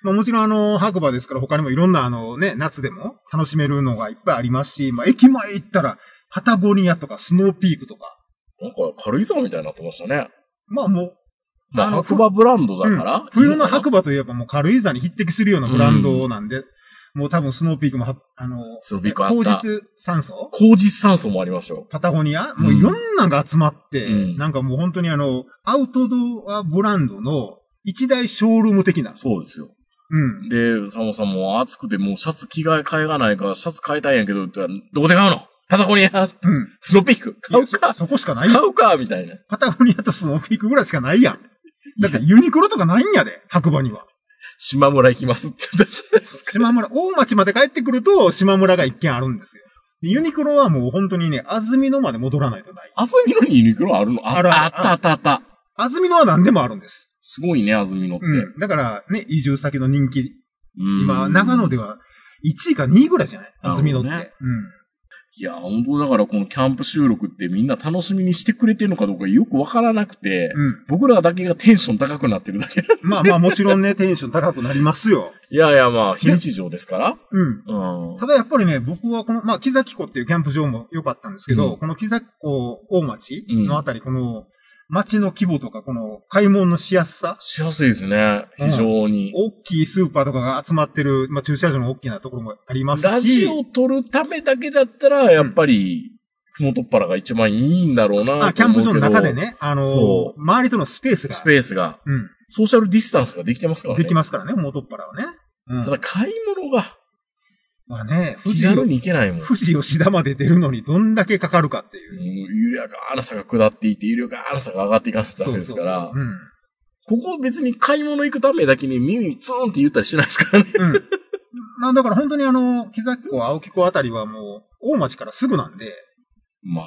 [SPEAKER 3] まあ、もちろん、あの、白馬ですから、他にもいろんな、あの、ね、夏でも楽しめるのがいっぱいありますし、まあ、駅前行ったら、パタゴニアとか、スノーピークとか、
[SPEAKER 2] なんか、軽井沢みたいになってましたね。
[SPEAKER 3] まあ、もう、
[SPEAKER 2] まあ、
[SPEAKER 3] あの
[SPEAKER 2] 白馬ブランドだから。
[SPEAKER 3] うん冬の
[SPEAKER 2] いいかな
[SPEAKER 3] 白馬といえばもう軽井沢に匹敵するようなブランドなんで、もう多分スノーピークもは、あの、
[SPEAKER 2] スノーピークあった
[SPEAKER 3] 高実酸素
[SPEAKER 2] 工事酸素もありましたよ。
[SPEAKER 3] パタゴニア、
[SPEAKER 2] うん
[SPEAKER 3] もういろんなのが集まって、
[SPEAKER 2] うん
[SPEAKER 3] なんかもう本当にあの、アウトドアブランドの一大ショールーム的な。
[SPEAKER 2] そうですよ。
[SPEAKER 3] うん。
[SPEAKER 2] で、サモさんも暑くてもうシャツ着替え替えがないから、シャツ買いたいんやけど、って言ったらどこで買うのパタゴニア
[SPEAKER 3] うん。
[SPEAKER 2] スノーピーク買う
[SPEAKER 3] いや
[SPEAKER 2] か
[SPEAKER 3] そそこしかない
[SPEAKER 2] 買
[SPEAKER 3] やん
[SPEAKER 2] うかみたいな。
[SPEAKER 3] パタゴニアとスノーピークぐらいしかないやん。だってユニクロとかないんやで、白馬には。
[SPEAKER 2] 島村行きますって言ったじゃないですか。
[SPEAKER 3] 島村、大町まで帰ってくると島村が一軒あるんですよ。でユニクロはもう本当にね、安曇野まで戻らないとない。
[SPEAKER 2] 安曇野にユニクロあるのあ
[SPEAKER 3] ある
[SPEAKER 2] あ
[SPEAKER 3] あ
[SPEAKER 2] っ
[SPEAKER 3] る
[SPEAKER 2] たあったあった。
[SPEAKER 3] 安曇野は何でもあるんです。
[SPEAKER 2] すごいね、安曇野って。
[SPEAKER 3] うん。だからね、移住先の人気、
[SPEAKER 2] うん
[SPEAKER 3] 今、長野では1位か2位ぐらいじゃない
[SPEAKER 2] なる
[SPEAKER 3] 安
[SPEAKER 2] ほど
[SPEAKER 3] 住
[SPEAKER 2] ね
[SPEAKER 3] 野って。うん。
[SPEAKER 2] いや、本当だからこのキャンプ収録ってみんな楽しみにしてくれてるのかどうかよくわからなくて、
[SPEAKER 3] うん。
[SPEAKER 2] 僕らだけがテンション高くなってるだけ。
[SPEAKER 3] まあまあもちろんね、 テンション高くなりますよ。
[SPEAKER 2] いやいや、まあ、非日常ですから。
[SPEAKER 3] うん。
[SPEAKER 2] うん。
[SPEAKER 3] ただやっぱりね、僕はこの、まあ、木崎湖っていうキャンプ場も良かったんですけど、
[SPEAKER 2] うん
[SPEAKER 3] この木崎湖大町のあたり、この町の規模とか、この買い物のしやすさ、
[SPEAKER 2] しやすいですね。非常に。
[SPEAKER 3] 大きいスーパーとかが集まってる、まあ、駐車場の大きなところもありますし、
[SPEAKER 2] ラジオを撮るためだけだったら、やっぱり、ふもとっぱらが一番いいんだろうな
[SPEAKER 3] あ、
[SPEAKER 2] と
[SPEAKER 3] キャン
[SPEAKER 2] 思
[SPEAKER 3] プ
[SPEAKER 2] うけど。
[SPEAKER 3] 場の中で。ね、あの
[SPEAKER 2] そ
[SPEAKER 3] 周りとのスペースが、
[SPEAKER 2] スペースが。
[SPEAKER 3] うん、
[SPEAKER 2] ソーシャルディスタンスができてますからね。
[SPEAKER 3] できますからね、元っ腹はね。うん、
[SPEAKER 2] ただ、買い物が
[SPEAKER 3] まあね、富
[SPEAKER 2] 気
[SPEAKER 3] 士
[SPEAKER 2] 軽
[SPEAKER 3] を、
[SPEAKER 2] に行けないもん。うん
[SPEAKER 3] 富士吉田まで出るのにどんだけかかるかっていう。
[SPEAKER 2] 緩やかなさが下っていって、緩やかなさが上がっていかないとダメですから
[SPEAKER 3] そう。そう
[SPEAKER 2] ここ別に買い物行くためだけに耳にツーンって言ったりしないですからね。
[SPEAKER 3] そううん。 うん。まあだから本当にあの、木崎湖、青木湖あたりはもう、大町からすぐなんで、
[SPEAKER 2] まあ、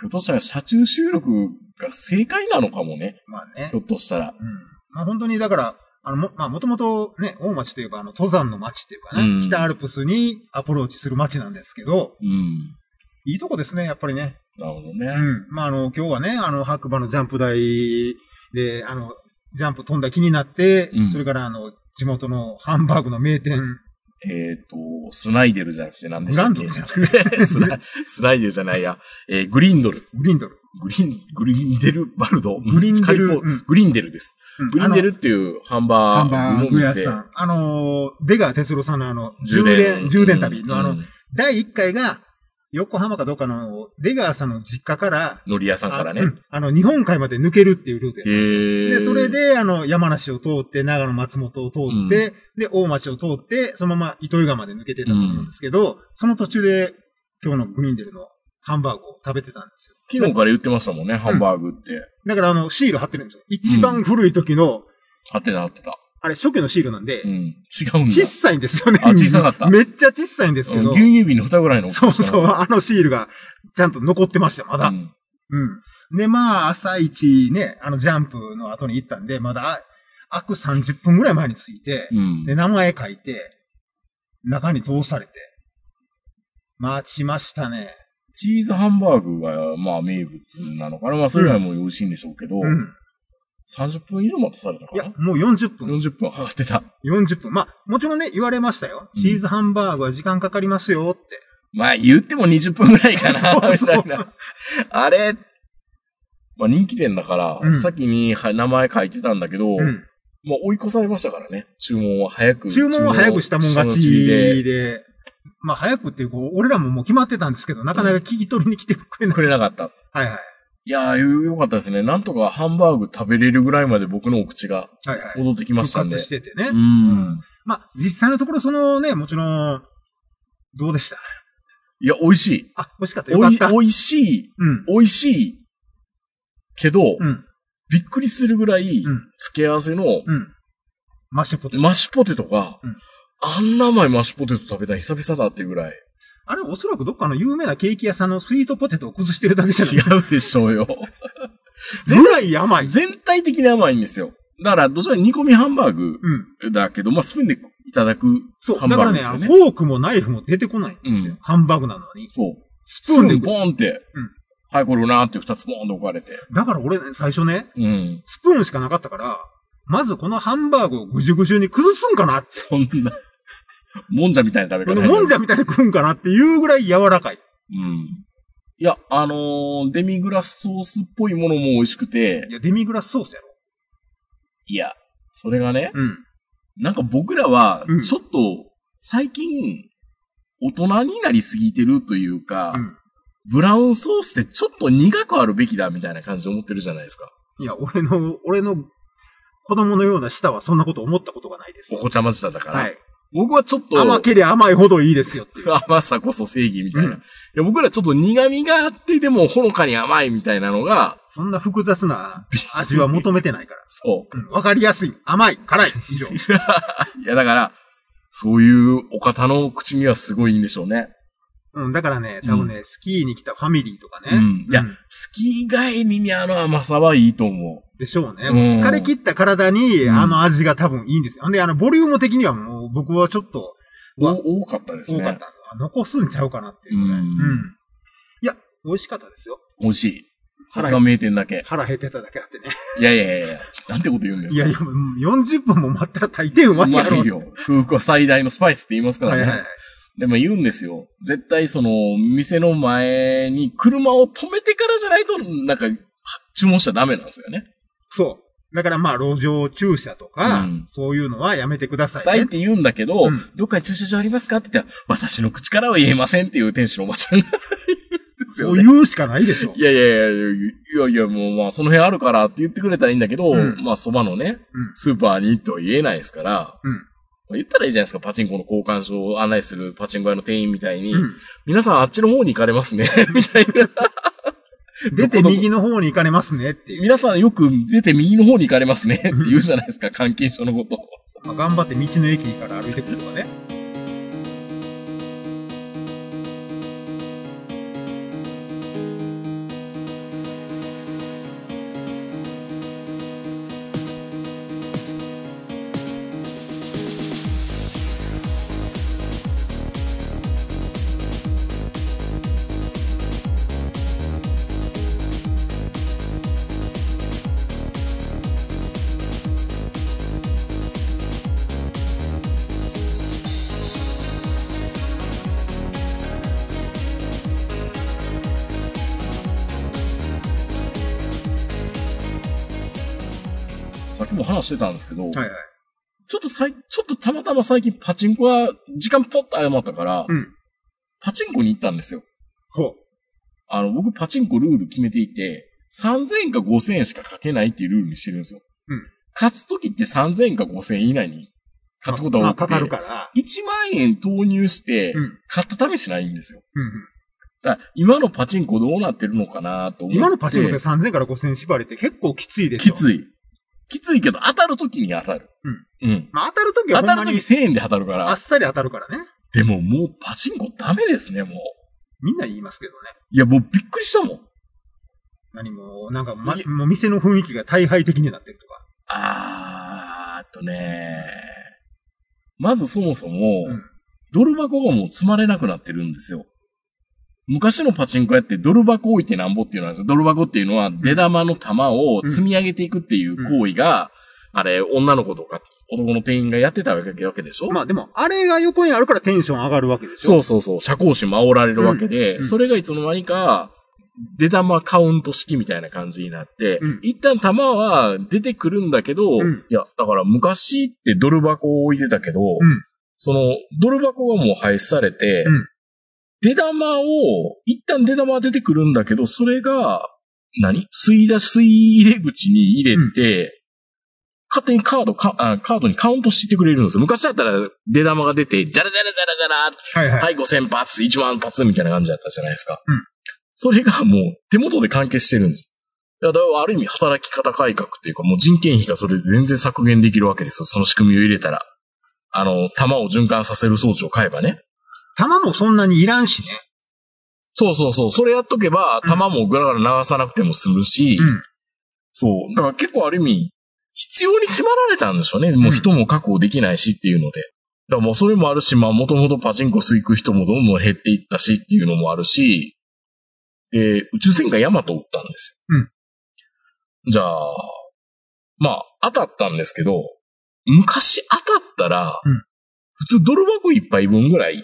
[SPEAKER 2] ひょっとしたら車中収録が正解なのかもね。
[SPEAKER 3] まあね
[SPEAKER 2] ひょ。っとしたら。
[SPEAKER 3] うん。まあ本当にだから、あの、も、まあもともとね、大町というか、あの、登山の町っていうかね、
[SPEAKER 2] うん
[SPEAKER 3] 北アルプスにアプローチする町なんですけど、
[SPEAKER 2] うん。
[SPEAKER 3] いいとこですね、やっぱりね。
[SPEAKER 2] なるほど
[SPEAKER 3] う
[SPEAKER 2] ね。
[SPEAKER 3] ん。まああの、今日はね、あの、白馬のジャンプ台で、あの、ジャンプ飛んだ気になって、
[SPEAKER 2] うん
[SPEAKER 3] それからあの、地元のハンバーグの名店、
[SPEAKER 2] えっ、と、スナイデルじゃなくて何で
[SPEAKER 3] グ
[SPEAKER 2] した
[SPEAKER 3] ラ
[SPEAKER 2] っ
[SPEAKER 3] ン
[SPEAKER 2] け
[SPEAKER 3] ドルじゃな
[SPEAKER 2] スナスナイデルじゃないや。えーグリンドル。
[SPEAKER 3] グリンドル。
[SPEAKER 2] グリン、グリンデルバルド。
[SPEAKER 3] グリンデル
[SPEAKER 2] カリフォ
[SPEAKER 3] うん
[SPEAKER 2] グリンデルです。
[SPEAKER 3] うん
[SPEAKER 2] グリンデルっていうハン
[SPEAKER 3] あのハ
[SPEAKER 2] バ
[SPEAKER 3] ンバ
[SPEAKER 2] ー
[SPEAKER 3] ー
[SPEAKER 2] グの
[SPEAKER 3] グ屋
[SPEAKER 2] 店。
[SPEAKER 3] さん。あの、出川哲郎さんのあの、
[SPEAKER 2] 充
[SPEAKER 3] 充
[SPEAKER 2] 電
[SPEAKER 3] 電、充電旅のあ
[SPEAKER 2] う
[SPEAKER 3] の、
[SPEAKER 2] ん
[SPEAKER 3] 第1回が、横浜かどうかの、出川さんの実家から、
[SPEAKER 2] 海苔屋さんからね。
[SPEAKER 3] あうんあの、日本海まで抜けるっていうルートやったんですよ
[SPEAKER 2] へえ。
[SPEAKER 3] で、それ、で、あの、山梨を通って、長野松本を通って、で、大町を通って、そのまま糸魚川まで抜けてたと思うんですけど、その途中で、今日のグリンデルのハンバーグを食べてたんですよ。
[SPEAKER 2] 昨日から言ってましたもんね、ハンバーグって。
[SPEAKER 3] だから、あの、シール貼ってるんですよ。一番古い時の、
[SPEAKER 2] あってなってた。
[SPEAKER 3] あれ、初期のシールなんで
[SPEAKER 2] う、ん。違うんだ。
[SPEAKER 3] 小さいんですよね。
[SPEAKER 2] あ小さかった
[SPEAKER 3] めっちゃ小さいんですけ
[SPEAKER 2] うん
[SPEAKER 3] ど、
[SPEAKER 2] 牛乳瓶の蓋ぐらいの大き
[SPEAKER 3] そ
[SPEAKER 2] さ
[SPEAKER 3] うそう、あのシールが、ちゃんと残ってました、まだ。
[SPEAKER 2] うん
[SPEAKER 3] うん。で、まあ、朝一ね、あの、ジャンプの後に行ったんで、まだ、あ開く30分ぐらい前に着いて、
[SPEAKER 2] うん。
[SPEAKER 3] で、名前書いて、中に通されて、待ちましたね。
[SPEAKER 2] チーズハンバーグが、まあ、名物なのかな。まあ、それ以外も美味しいんでしょうけど、
[SPEAKER 3] うん。
[SPEAKER 2] 30分以上待たされたか
[SPEAKER 3] いや
[SPEAKER 2] な、。
[SPEAKER 3] もう40分。
[SPEAKER 2] 40分測ってた。
[SPEAKER 3] 40分。まあ、もちろんね、言われましたよ。
[SPEAKER 2] うん
[SPEAKER 3] チーズハンバーグは時間かかりますよって。
[SPEAKER 2] まあ、言っても20分ぐらいかな、
[SPEAKER 3] そう
[SPEAKER 2] み
[SPEAKER 3] そ
[SPEAKER 2] た
[SPEAKER 3] う
[SPEAKER 2] いな。あれ、まあ、人気店だから、
[SPEAKER 3] うん
[SPEAKER 2] 先には名前書いてたんだけど、
[SPEAKER 3] うん。
[SPEAKER 2] まあ、追い越されましたからね。注文は早く。
[SPEAKER 3] 注文は早くしたもん勝ちで、
[SPEAKER 2] で。
[SPEAKER 3] まあ、早くっていう、こう、俺らももう決まってたんですけど、なかなか聞き取りに来てくれない。
[SPEAKER 2] くれなかった。
[SPEAKER 3] はいはい。
[SPEAKER 2] いやー、よよかったですね。なんとかハンバーグ食べれるぐらいまで僕のお口が
[SPEAKER 3] はいはい。
[SPEAKER 2] 戻ってきました
[SPEAKER 3] 復
[SPEAKER 2] んで。
[SPEAKER 3] 活しててね。
[SPEAKER 2] うん。
[SPEAKER 3] まあ、実際のところ、そのね、もちろん、どうでした
[SPEAKER 2] いや、美味しい。
[SPEAKER 3] あ、美味しかった。よ
[SPEAKER 2] お
[SPEAKER 3] か
[SPEAKER 2] い
[SPEAKER 3] った。うん。
[SPEAKER 2] 美味しい。美味しい。けど、
[SPEAKER 3] うん。
[SPEAKER 2] びっくりするぐらい
[SPEAKER 3] うん、
[SPEAKER 2] 付け合わせの、
[SPEAKER 3] うん。マッシュポテト。
[SPEAKER 2] マッシュポテトが、
[SPEAKER 3] うん
[SPEAKER 2] あんな甘いマッシュポテト食べたい久々だっていうぐら い。
[SPEAKER 3] あれ、おそらくどっかの有名なケーキ屋さんのスイートポテトを崩してるだけじゃ
[SPEAKER 2] 違
[SPEAKER 3] な
[SPEAKER 2] うでしょう よ。
[SPEAKER 3] いぐらい甘い。
[SPEAKER 2] 全体的に甘いんですよ。だから、どちらかというと煮込みハンバーグ
[SPEAKER 3] うん。
[SPEAKER 2] だけど、まあ、スプーンでいただく
[SPEAKER 3] そう。
[SPEAKER 2] ハンバ
[SPEAKER 3] だか
[SPEAKER 2] ー
[SPEAKER 3] ら
[SPEAKER 2] グ
[SPEAKER 3] ね、
[SPEAKER 2] です
[SPEAKER 3] あ
[SPEAKER 2] よ
[SPEAKER 3] の
[SPEAKER 2] ね。
[SPEAKER 3] フォークもナイフも出てこないんですよ。
[SPEAKER 2] うん
[SPEAKER 3] ハンバーグなのに。
[SPEAKER 2] そう。
[SPEAKER 3] ス
[SPEAKER 2] ス
[SPEAKER 3] プ
[SPEAKER 2] プー
[SPEAKER 3] ーンで
[SPEAKER 2] ンでボーンって、
[SPEAKER 3] うん
[SPEAKER 2] はい、これをなーって二つボーンと置かれて。
[SPEAKER 3] だから俺、ね、最初ね、
[SPEAKER 2] うん。
[SPEAKER 3] スプーンしかなかったから、まずこのハンバーグをぐじゅぐじゅに崩すんかなって。
[SPEAKER 2] そんな、 もんじゃみたいな食べ
[SPEAKER 3] この
[SPEAKER 2] 方。
[SPEAKER 3] もんじゃみたいに食うんかなっていうぐらい柔らかい。
[SPEAKER 2] うん。いや、あのーデミグラスソースっぽいものも美味しくて
[SPEAKER 3] い、や、デミグラスソースやろ。
[SPEAKER 2] いや、それがね、
[SPEAKER 3] うん。
[SPEAKER 2] なんか僕らは
[SPEAKER 3] うん、
[SPEAKER 2] ちょっと、最近、大人になりすぎてるというか、
[SPEAKER 3] うん
[SPEAKER 2] ブラウンソースってちょっと苦くあるべきだみたいな感じで思ってるじゃないですか。
[SPEAKER 3] いや、俺の、俺の子供のような舌はそんなこと思ったことがないです
[SPEAKER 2] お。子ちゃま舌だから。
[SPEAKER 3] はい。
[SPEAKER 2] 僕はちょっと、
[SPEAKER 3] 甘けりゃ甘いほどいいですよっていう。
[SPEAKER 2] 甘さこそ正義みたいな。
[SPEAKER 3] うん
[SPEAKER 2] いや僕らちょっと苦味があって、でもほのかに甘いみたいなのが、
[SPEAKER 3] そんな複雑な味は求めてないから。
[SPEAKER 2] そ
[SPEAKER 3] うんわかりやすい。甘い。辛い。以上。
[SPEAKER 2] う。いやだから、そういうお方の口にはすごいいいんでしょうね。
[SPEAKER 3] うん、だからね、多分ね、スキーに来たファミリーとかね。
[SPEAKER 2] うん。いや、
[SPEAKER 3] うん
[SPEAKER 2] スキー帰りにあの甘さはいいと思
[SPEAKER 3] でしょうね。
[SPEAKER 2] うん
[SPEAKER 3] もう疲れ切った体に、
[SPEAKER 2] うん
[SPEAKER 3] あの味が多分いいんですよ。ほんで、あの、ボリューム的にはもう、僕はちょっと
[SPEAKER 2] う。
[SPEAKER 3] うわ
[SPEAKER 2] お多かったです
[SPEAKER 3] 多
[SPEAKER 2] ね。
[SPEAKER 3] かった。あ残すんちゃうかなっていうう。
[SPEAKER 2] ん
[SPEAKER 3] うん。いや、美味しかったですよ。
[SPEAKER 2] 美味しい。さすが名店だけ。
[SPEAKER 3] 腹減ってただけあってね。
[SPEAKER 2] いやいやいやいや、なんてこと言うんです
[SPEAKER 3] い
[SPEAKER 2] か。
[SPEAKER 3] やいや、もう40分も待ったら大抵う
[SPEAKER 2] うま
[SPEAKER 3] まいやろ。
[SPEAKER 2] いよ。空腹は最大のスパイスって言いますから
[SPEAKER 3] はい
[SPEAKER 2] ね。
[SPEAKER 3] はい。
[SPEAKER 2] でも言うんですよ。絶対その、店の前に車を止めてからじゃないと、なんか、注文しちゃダメなんですよね。
[SPEAKER 3] そう。だからまあ、路上駐車とか、
[SPEAKER 2] うん
[SPEAKER 3] そういうのはやめてください
[SPEAKER 2] 大っ
[SPEAKER 3] ね。
[SPEAKER 2] て言うんだけど、
[SPEAKER 3] うん
[SPEAKER 2] どっかに駐車場ありますかって言ったら、私の口からは言えませんっていう店主のおばちゃんが言うんです
[SPEAKER 3] そ
[SPEAKER 2] よ
[SPEAKER 3] う
[SPEAKER 2] ね。
[SPEAKER 3] いうしかないでしょ。
[SPEAKER 2] いやいやいや、いやいや、もうまあ、その辺あるからって言ってくれたらいいんだけど、
[SPEAKER 3] うん
[SPEAKER 2] まあ、そばのね、
[SPEAKER 3] うん
[SPEAKER 2] スーパーにとは言えないですから、
[SPEAKER 3] うん
[SPEAKER 2] まあ言ったらいいじゃないですか、パチンコの交換所を案内するパチンコ屋の店員みたいに、
[SPEAKER 3] うん
[SPEAKER 2] 皆さんあっちの方に行かれますね、 みたいな。
[SPEAKER 3] 出て右の方に行かれますねっていう。
[SPEAKER 2] 皆さんよく出て右の方に行かれますね、って言うじゃないですか、監禁所のことを。
[SPEAKER 3] まあ頑張って道の駅から歩いてくるとかね。
[SPEAKER 2] さっきも話してたんですけど、
[SPEAKER 3] はいはい。
[SPEAKER 2] ちょっとさい、ちょっとたまたま最近パチンコは時間ポッと誤ったから、
[SPEAKER 3] うん。
[SPEAKER 2] パチンコに行ったんですよ。
[SPEAKER 3] ほう。
[SPEAKER 2] あの、僕パチンコルール決めていて、3000円か5000円しかかけないっていうルールにしてるんですよ。
[SPEAKER 3] うん
[SPEAKER 2] 勝つときって3000円か5000円以内に勝つことが
[SPEAKER 3] ま
[SPEAKER 2] 多
[SPEAKER 3] あ
[SPEAKER 2] くて、
[SPEAKER 3] かかるから。
[SPEAKER 2] 1万円投入して
[SPEAKER 3] うん。うん。
[SPEAKER 2] 買った試しないんですよ。
[SPEAKER 3] うん。
[SPEAKER 2] だから今のパチンコどうなってるのかなと思って。
[SPEAKER 3] 今のパチンコで3000から5000縛りって結構きついでし
[SPEAKER 2] き
[SPEAKER 3] ょ。
[SPEAKER 2] つい。きついけど当たるときに当たる。うん。
[SPEAKER 3] まあ当たるときは
[SPEAKER 2] 当
[SPEAKER 3] ほ
[SPEAKER 2] た
[SPEAKER 3] んま
[SPEAKER 2] るとき
[SPEAKER 3] に
[SPEAKER 2] 1000円で当たるか
[SPEAKER 3] あっ
[SPEAKER 2] ら。
[SPEAKER 3] さり当たるからね。
[SPEAKER 2] でももうパチンコダメですね、もう。
[SPEAKER 3] みんな言いますけどね。
[SPEAKER 2] いや、もうびっくりしたもん。
[SPEAKER 3] 何も、なんか、ま
[SPEAKER 2] い、や
[SPEAKER 3] もう店の雰囲気が大敗的になってるとか。
[SPEAKER 2] あーっとねまずそもそも、
[SPEAKER 3] うん
[SPEAKER 2] ドル箱がもう積まれなくなってるんですよ。昔のパチンコ屋ってドル箱置いてなんぼっていうのなんですよ。ドル箱っていうのは出玉の玉を積み上げていくっていう行為が、あれ、女の子とか男の店員がやってたわけでしょ、
[SPEAKER 3] まあでも、あれが横にあるからテンション上がるわけでしょ。
[SPEAKER 2] そうそうそう、社交心煽られるわけで、
[SPEAKER 3] うんうん
[SPEAKER 2] それがいつの間にか、出玉カウント式みたいな感じになって、
[SPEAKER 3] うん
[SPEAKER 2] 一旦玉は出てくるんだけど、
[SPEAKER 3] うん
[SPEAKER 2] いや、だから昔ってドル箱を置いてたけど、
[SPEAKER 3] ん
[SPEAKER 2] その、ドル箱がもう廃止されて、
[SPEAKER 3] うん
[SPEAKER 2] 出玉を、一旦出玉は出てくるんだけど、それが、何吸い出し、吸い入れ口に入れて、勝手にカードかあ、カードにカウントしてくれるんですよ。昔だったら出玉が出て、ジャラジャラジャラジャラって
[SPEAKER 3] はいは
[SPEAKER 2] は
[SPEAKER 3] い。
[SPEAKER 2] い、5000発、1万発みたいな感じだったじゃないですか。
[SPEAKER 3] うん
[SPEAKER 2] それがもう手元で完結してるんです。いや、だからある意味働き方改革っていうか、もう人件費がそれで全然削減できるわけですよ。その仕組みを入れたら。あの、弾を循環させる装置を買えばね。
[SPEAKER 3] 玉もそんなにいらんしね。
[SPEAKER 2] そうそうそう。それやっとけば、
[SPEAKER 3] うん
[SPEAKER 2] 弾もぐらぐら流さなくても済むし、
[SPEAKER 3] うん。
[SPEAKER 2] そう。だから結構ある意味、必要に迫られたんでしょうね。もう人も確保できないしっていうので。だからもうそれもあるし、まあもともとパチンコ吸い行く人もどんどん減っていったしっていうのもあるし、で、宇宙戦艦ヤマトを撃ったんですよ。うん。じゃあ、まあ当たったんですけど、昔当たったら、
[SPEAKER 3] うん
[SPEAKER 2] 普通ドル箱一杯分ぐらい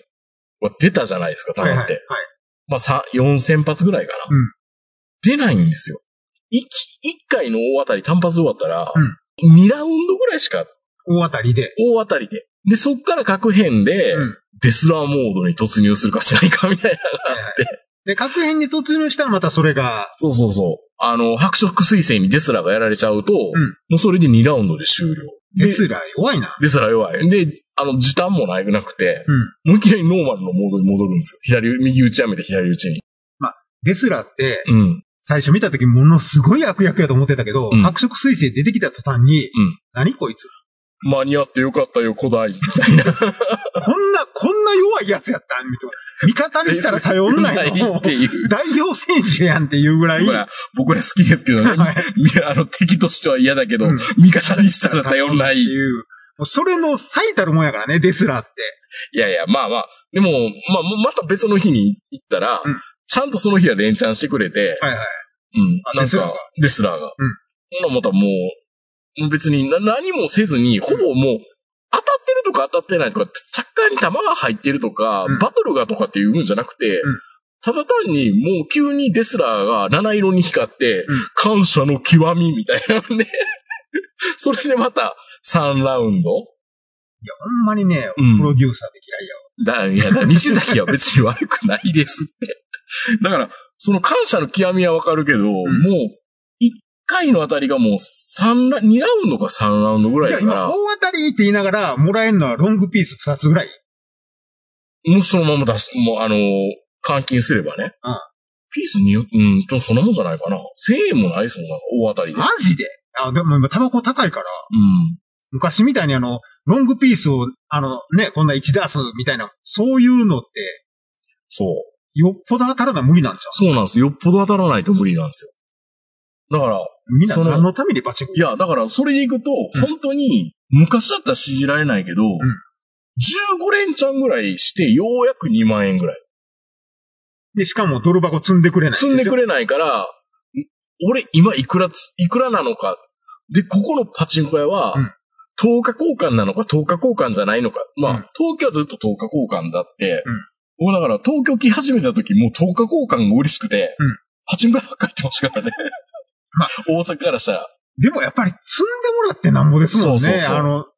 [SPEAKER 2] は出たじゃないですか、多
[SPEAKER 3] はい
[SPEAKER 2] 分
[SPEAKER 3] はい。は
[SPEAKER 2] っ
[SPEAKER 3] い
[SPEAKER 2] て。。まあ、さ、4000発ぐらいかな。
[SPEAKER 3] うん
[SPEAKER 2] 出ないんですよ。一気、一回の大当たり単発で終わったら、2ラウンドぐらいしか
[SPEAKER 3] 大当たりで。
[SPEAKER 2] 大当たりで。で、そっから各編で、
[SPEAKER 3] うん
[SPEAKER 2] デスラーモードに突入するかしないかみたいな。
[SPEAKER 3] で、各編に突入したらまたそれが、
[SPEAKER 2] そうそうそう。あの、白色彗星にデスラーがやられちゃうと、
[SPEAKER 3] ん
[SPEAKER 2] もうそれで2ラウンドで終了。で
[SPEAKER 3] レスラー弱いな。
[SPEAKER 2] デスラー弱い。で、あの、時短もなくなくて、
[SPEAKER 3] うん。
[SPEAKER 2] もういきなりノーマルのモードに戻るんですよ。左、右打ちやめて左打ちに。
[SPEAKER 3] レスラーって、
[SPEAKER 2] うん。
[SPEAKER 3] 最初見た時ものすごい悪役やと思ってたけど、
[SPEAKER 2] うん
[SPEAKER 3] 白色彗星出てきた途端に、
[SPEAKER 2] ん
[SPEAKER 3] 何こいつ
[SPEAKER 2] 間に合ってよかったよ、古代。
[SPEAKER 3] こんな、こんな弱いやつやったみたいな。味方にしたら頼んないの
[SPEAKER 2] っ。ていう。
[SPEAKER 3] 代表選手やんっていうぐらい。
[SPEAKER 2] 僕ら、僕ら好きですけどね。
[SPEAKER 3] はい
[SPEAKER 2] み あの、敵としては嫌だけど、
[SPEAKER 3] うん
[SPEAKER 2] 味方にしたら頼んない。
[SPEAKER 3] って
[SPEAKER 2] い
[SPEAKER 3] いう。もうそれの最たるもんやからね、デスラーって。
[SPEAKER 2] やいや、まあまあ。でも、まあ、もうまた別の日に行ったら、
[SPEAKER 3] うん
[SPEAKER 2] ちゃんとその日は連チャンしてくれて、
[SPEAKER 3] はいはい。
[SPEAKER 2] うん
[SPEAKER 3] あ。
[SPEAKER 2] なん
[SPEAKER 3] レスラー
[SPEAKER 2] か
[SPEAKER 3] が、
[SPEAKER 2] レスラーが。
[SPEAKER 3] うん
[SPEAKER 2] ほな、またもう、もう別にな何もせずに、ほぼもう、当たってるとか当たってないとか、ちゃっかり弾が入ってるとか、
[SPEAKER 3] うん
[SPEAKER 2] バトルがとかっていうんじゃなくて、
[SPEAKER 3] うん
[SPEAKER 2] ただ単にもう急にデスラーが七色に光って、
[SPEAKER 3] うん
[SPEAKER 2] 感謝の極みみたいなんで、それでまた3ラウンド
[SPEAKER 3] いや、ほんまにね、
[SPEAKER 2] うん
[SPEAKER 3] プロデューサーで嫌い
[SPEAKER 2] だ、
[SPEAKER 3] やわ。
[SPEAKER 2] いや、だ西崎は別に悪くないですって。 だから、その感謝の極みはわかるけど、
[SPEAKER 3] ん
[SPEAKER 2] もう、1回のあたりがもう三ラ、2ラウンドか3ラウンドぐらい
[SPEAKER 3] じゃ
[SPEAKER 2] だ
[SPEAKER 3] あ
[SPEAKER 2] か
[SPEAKER 3] 今、
[SPEAKER 2] ら
[SPEAKER 3] 大、当たりって言いながら、もらえるのはロングピース2つぐらい。
[SPEAKER 2] もうそのまま出す、もうあのー換金すればね。
[SPEAKER 3] うん
[SPEAKER 2] ピースに、うん、と、そんなもんじゃないかな。1000円もないですもん、なんか大当たりで。う
[SPEAKER 3] マジであ、でも今タバコ高いから、
[SPEAKER 2] ん。
[SPEAKER 3] 昔みたいにあの、ロングピースを、あのね、こんな1ダースみたいな、そういうのって、
[SPEAKER 2] そう。
[SPEAKER 3] よっぽど当たらな無理なんじ
[SPEAKER 2] そうなんですよ。よっぽど当たらないと無理なんですよ。だから、
[SPEAKER 3] ゃんみんな
[SPEAKER 2] その
[SPEAKER 3] 何のためにパチンコ
[SPEAKER 2] いや、だから、それでいくと、
[SPEAKER 3] うん
[SPEAKER 2] 本当に、昔だったら信じられないけど、15連チャンぐらいして、ようやく2万円ぐらい。
[SPEAKER 3] で、しかもドル箱積んでくれない。
[SPEAKER 2] 積んでくれないから、ん俺、今、いくらつ、いくらなのか。で、ここのパチンコ屋は
[SPEAKER 3] うん、
[SPEAKER 2] 10日交換なのか、10日交換じゃないのか。まあ、
[SPEAKER 3] うん
[SPEAKER 2] 東京はずっと10日交換だって、
[SPEAKER 3] うん
[SPEAKER 2] 俺だから、東京来始めた時、もう10日交換が嬉しくて、
[SPEAKER 3] うん
[SPEAKER 2] パチンコ屋ばっかり行ってましたからね。
[SPEAKER 3] まあ
[SPEAKER 2] 大阪からしたら。
[SPEAKER 3] でもやっぱり積んでもらってなんぼですもんね。
[SPEAKER 2] そうそうそう
[SPEAKER 3] あの、こ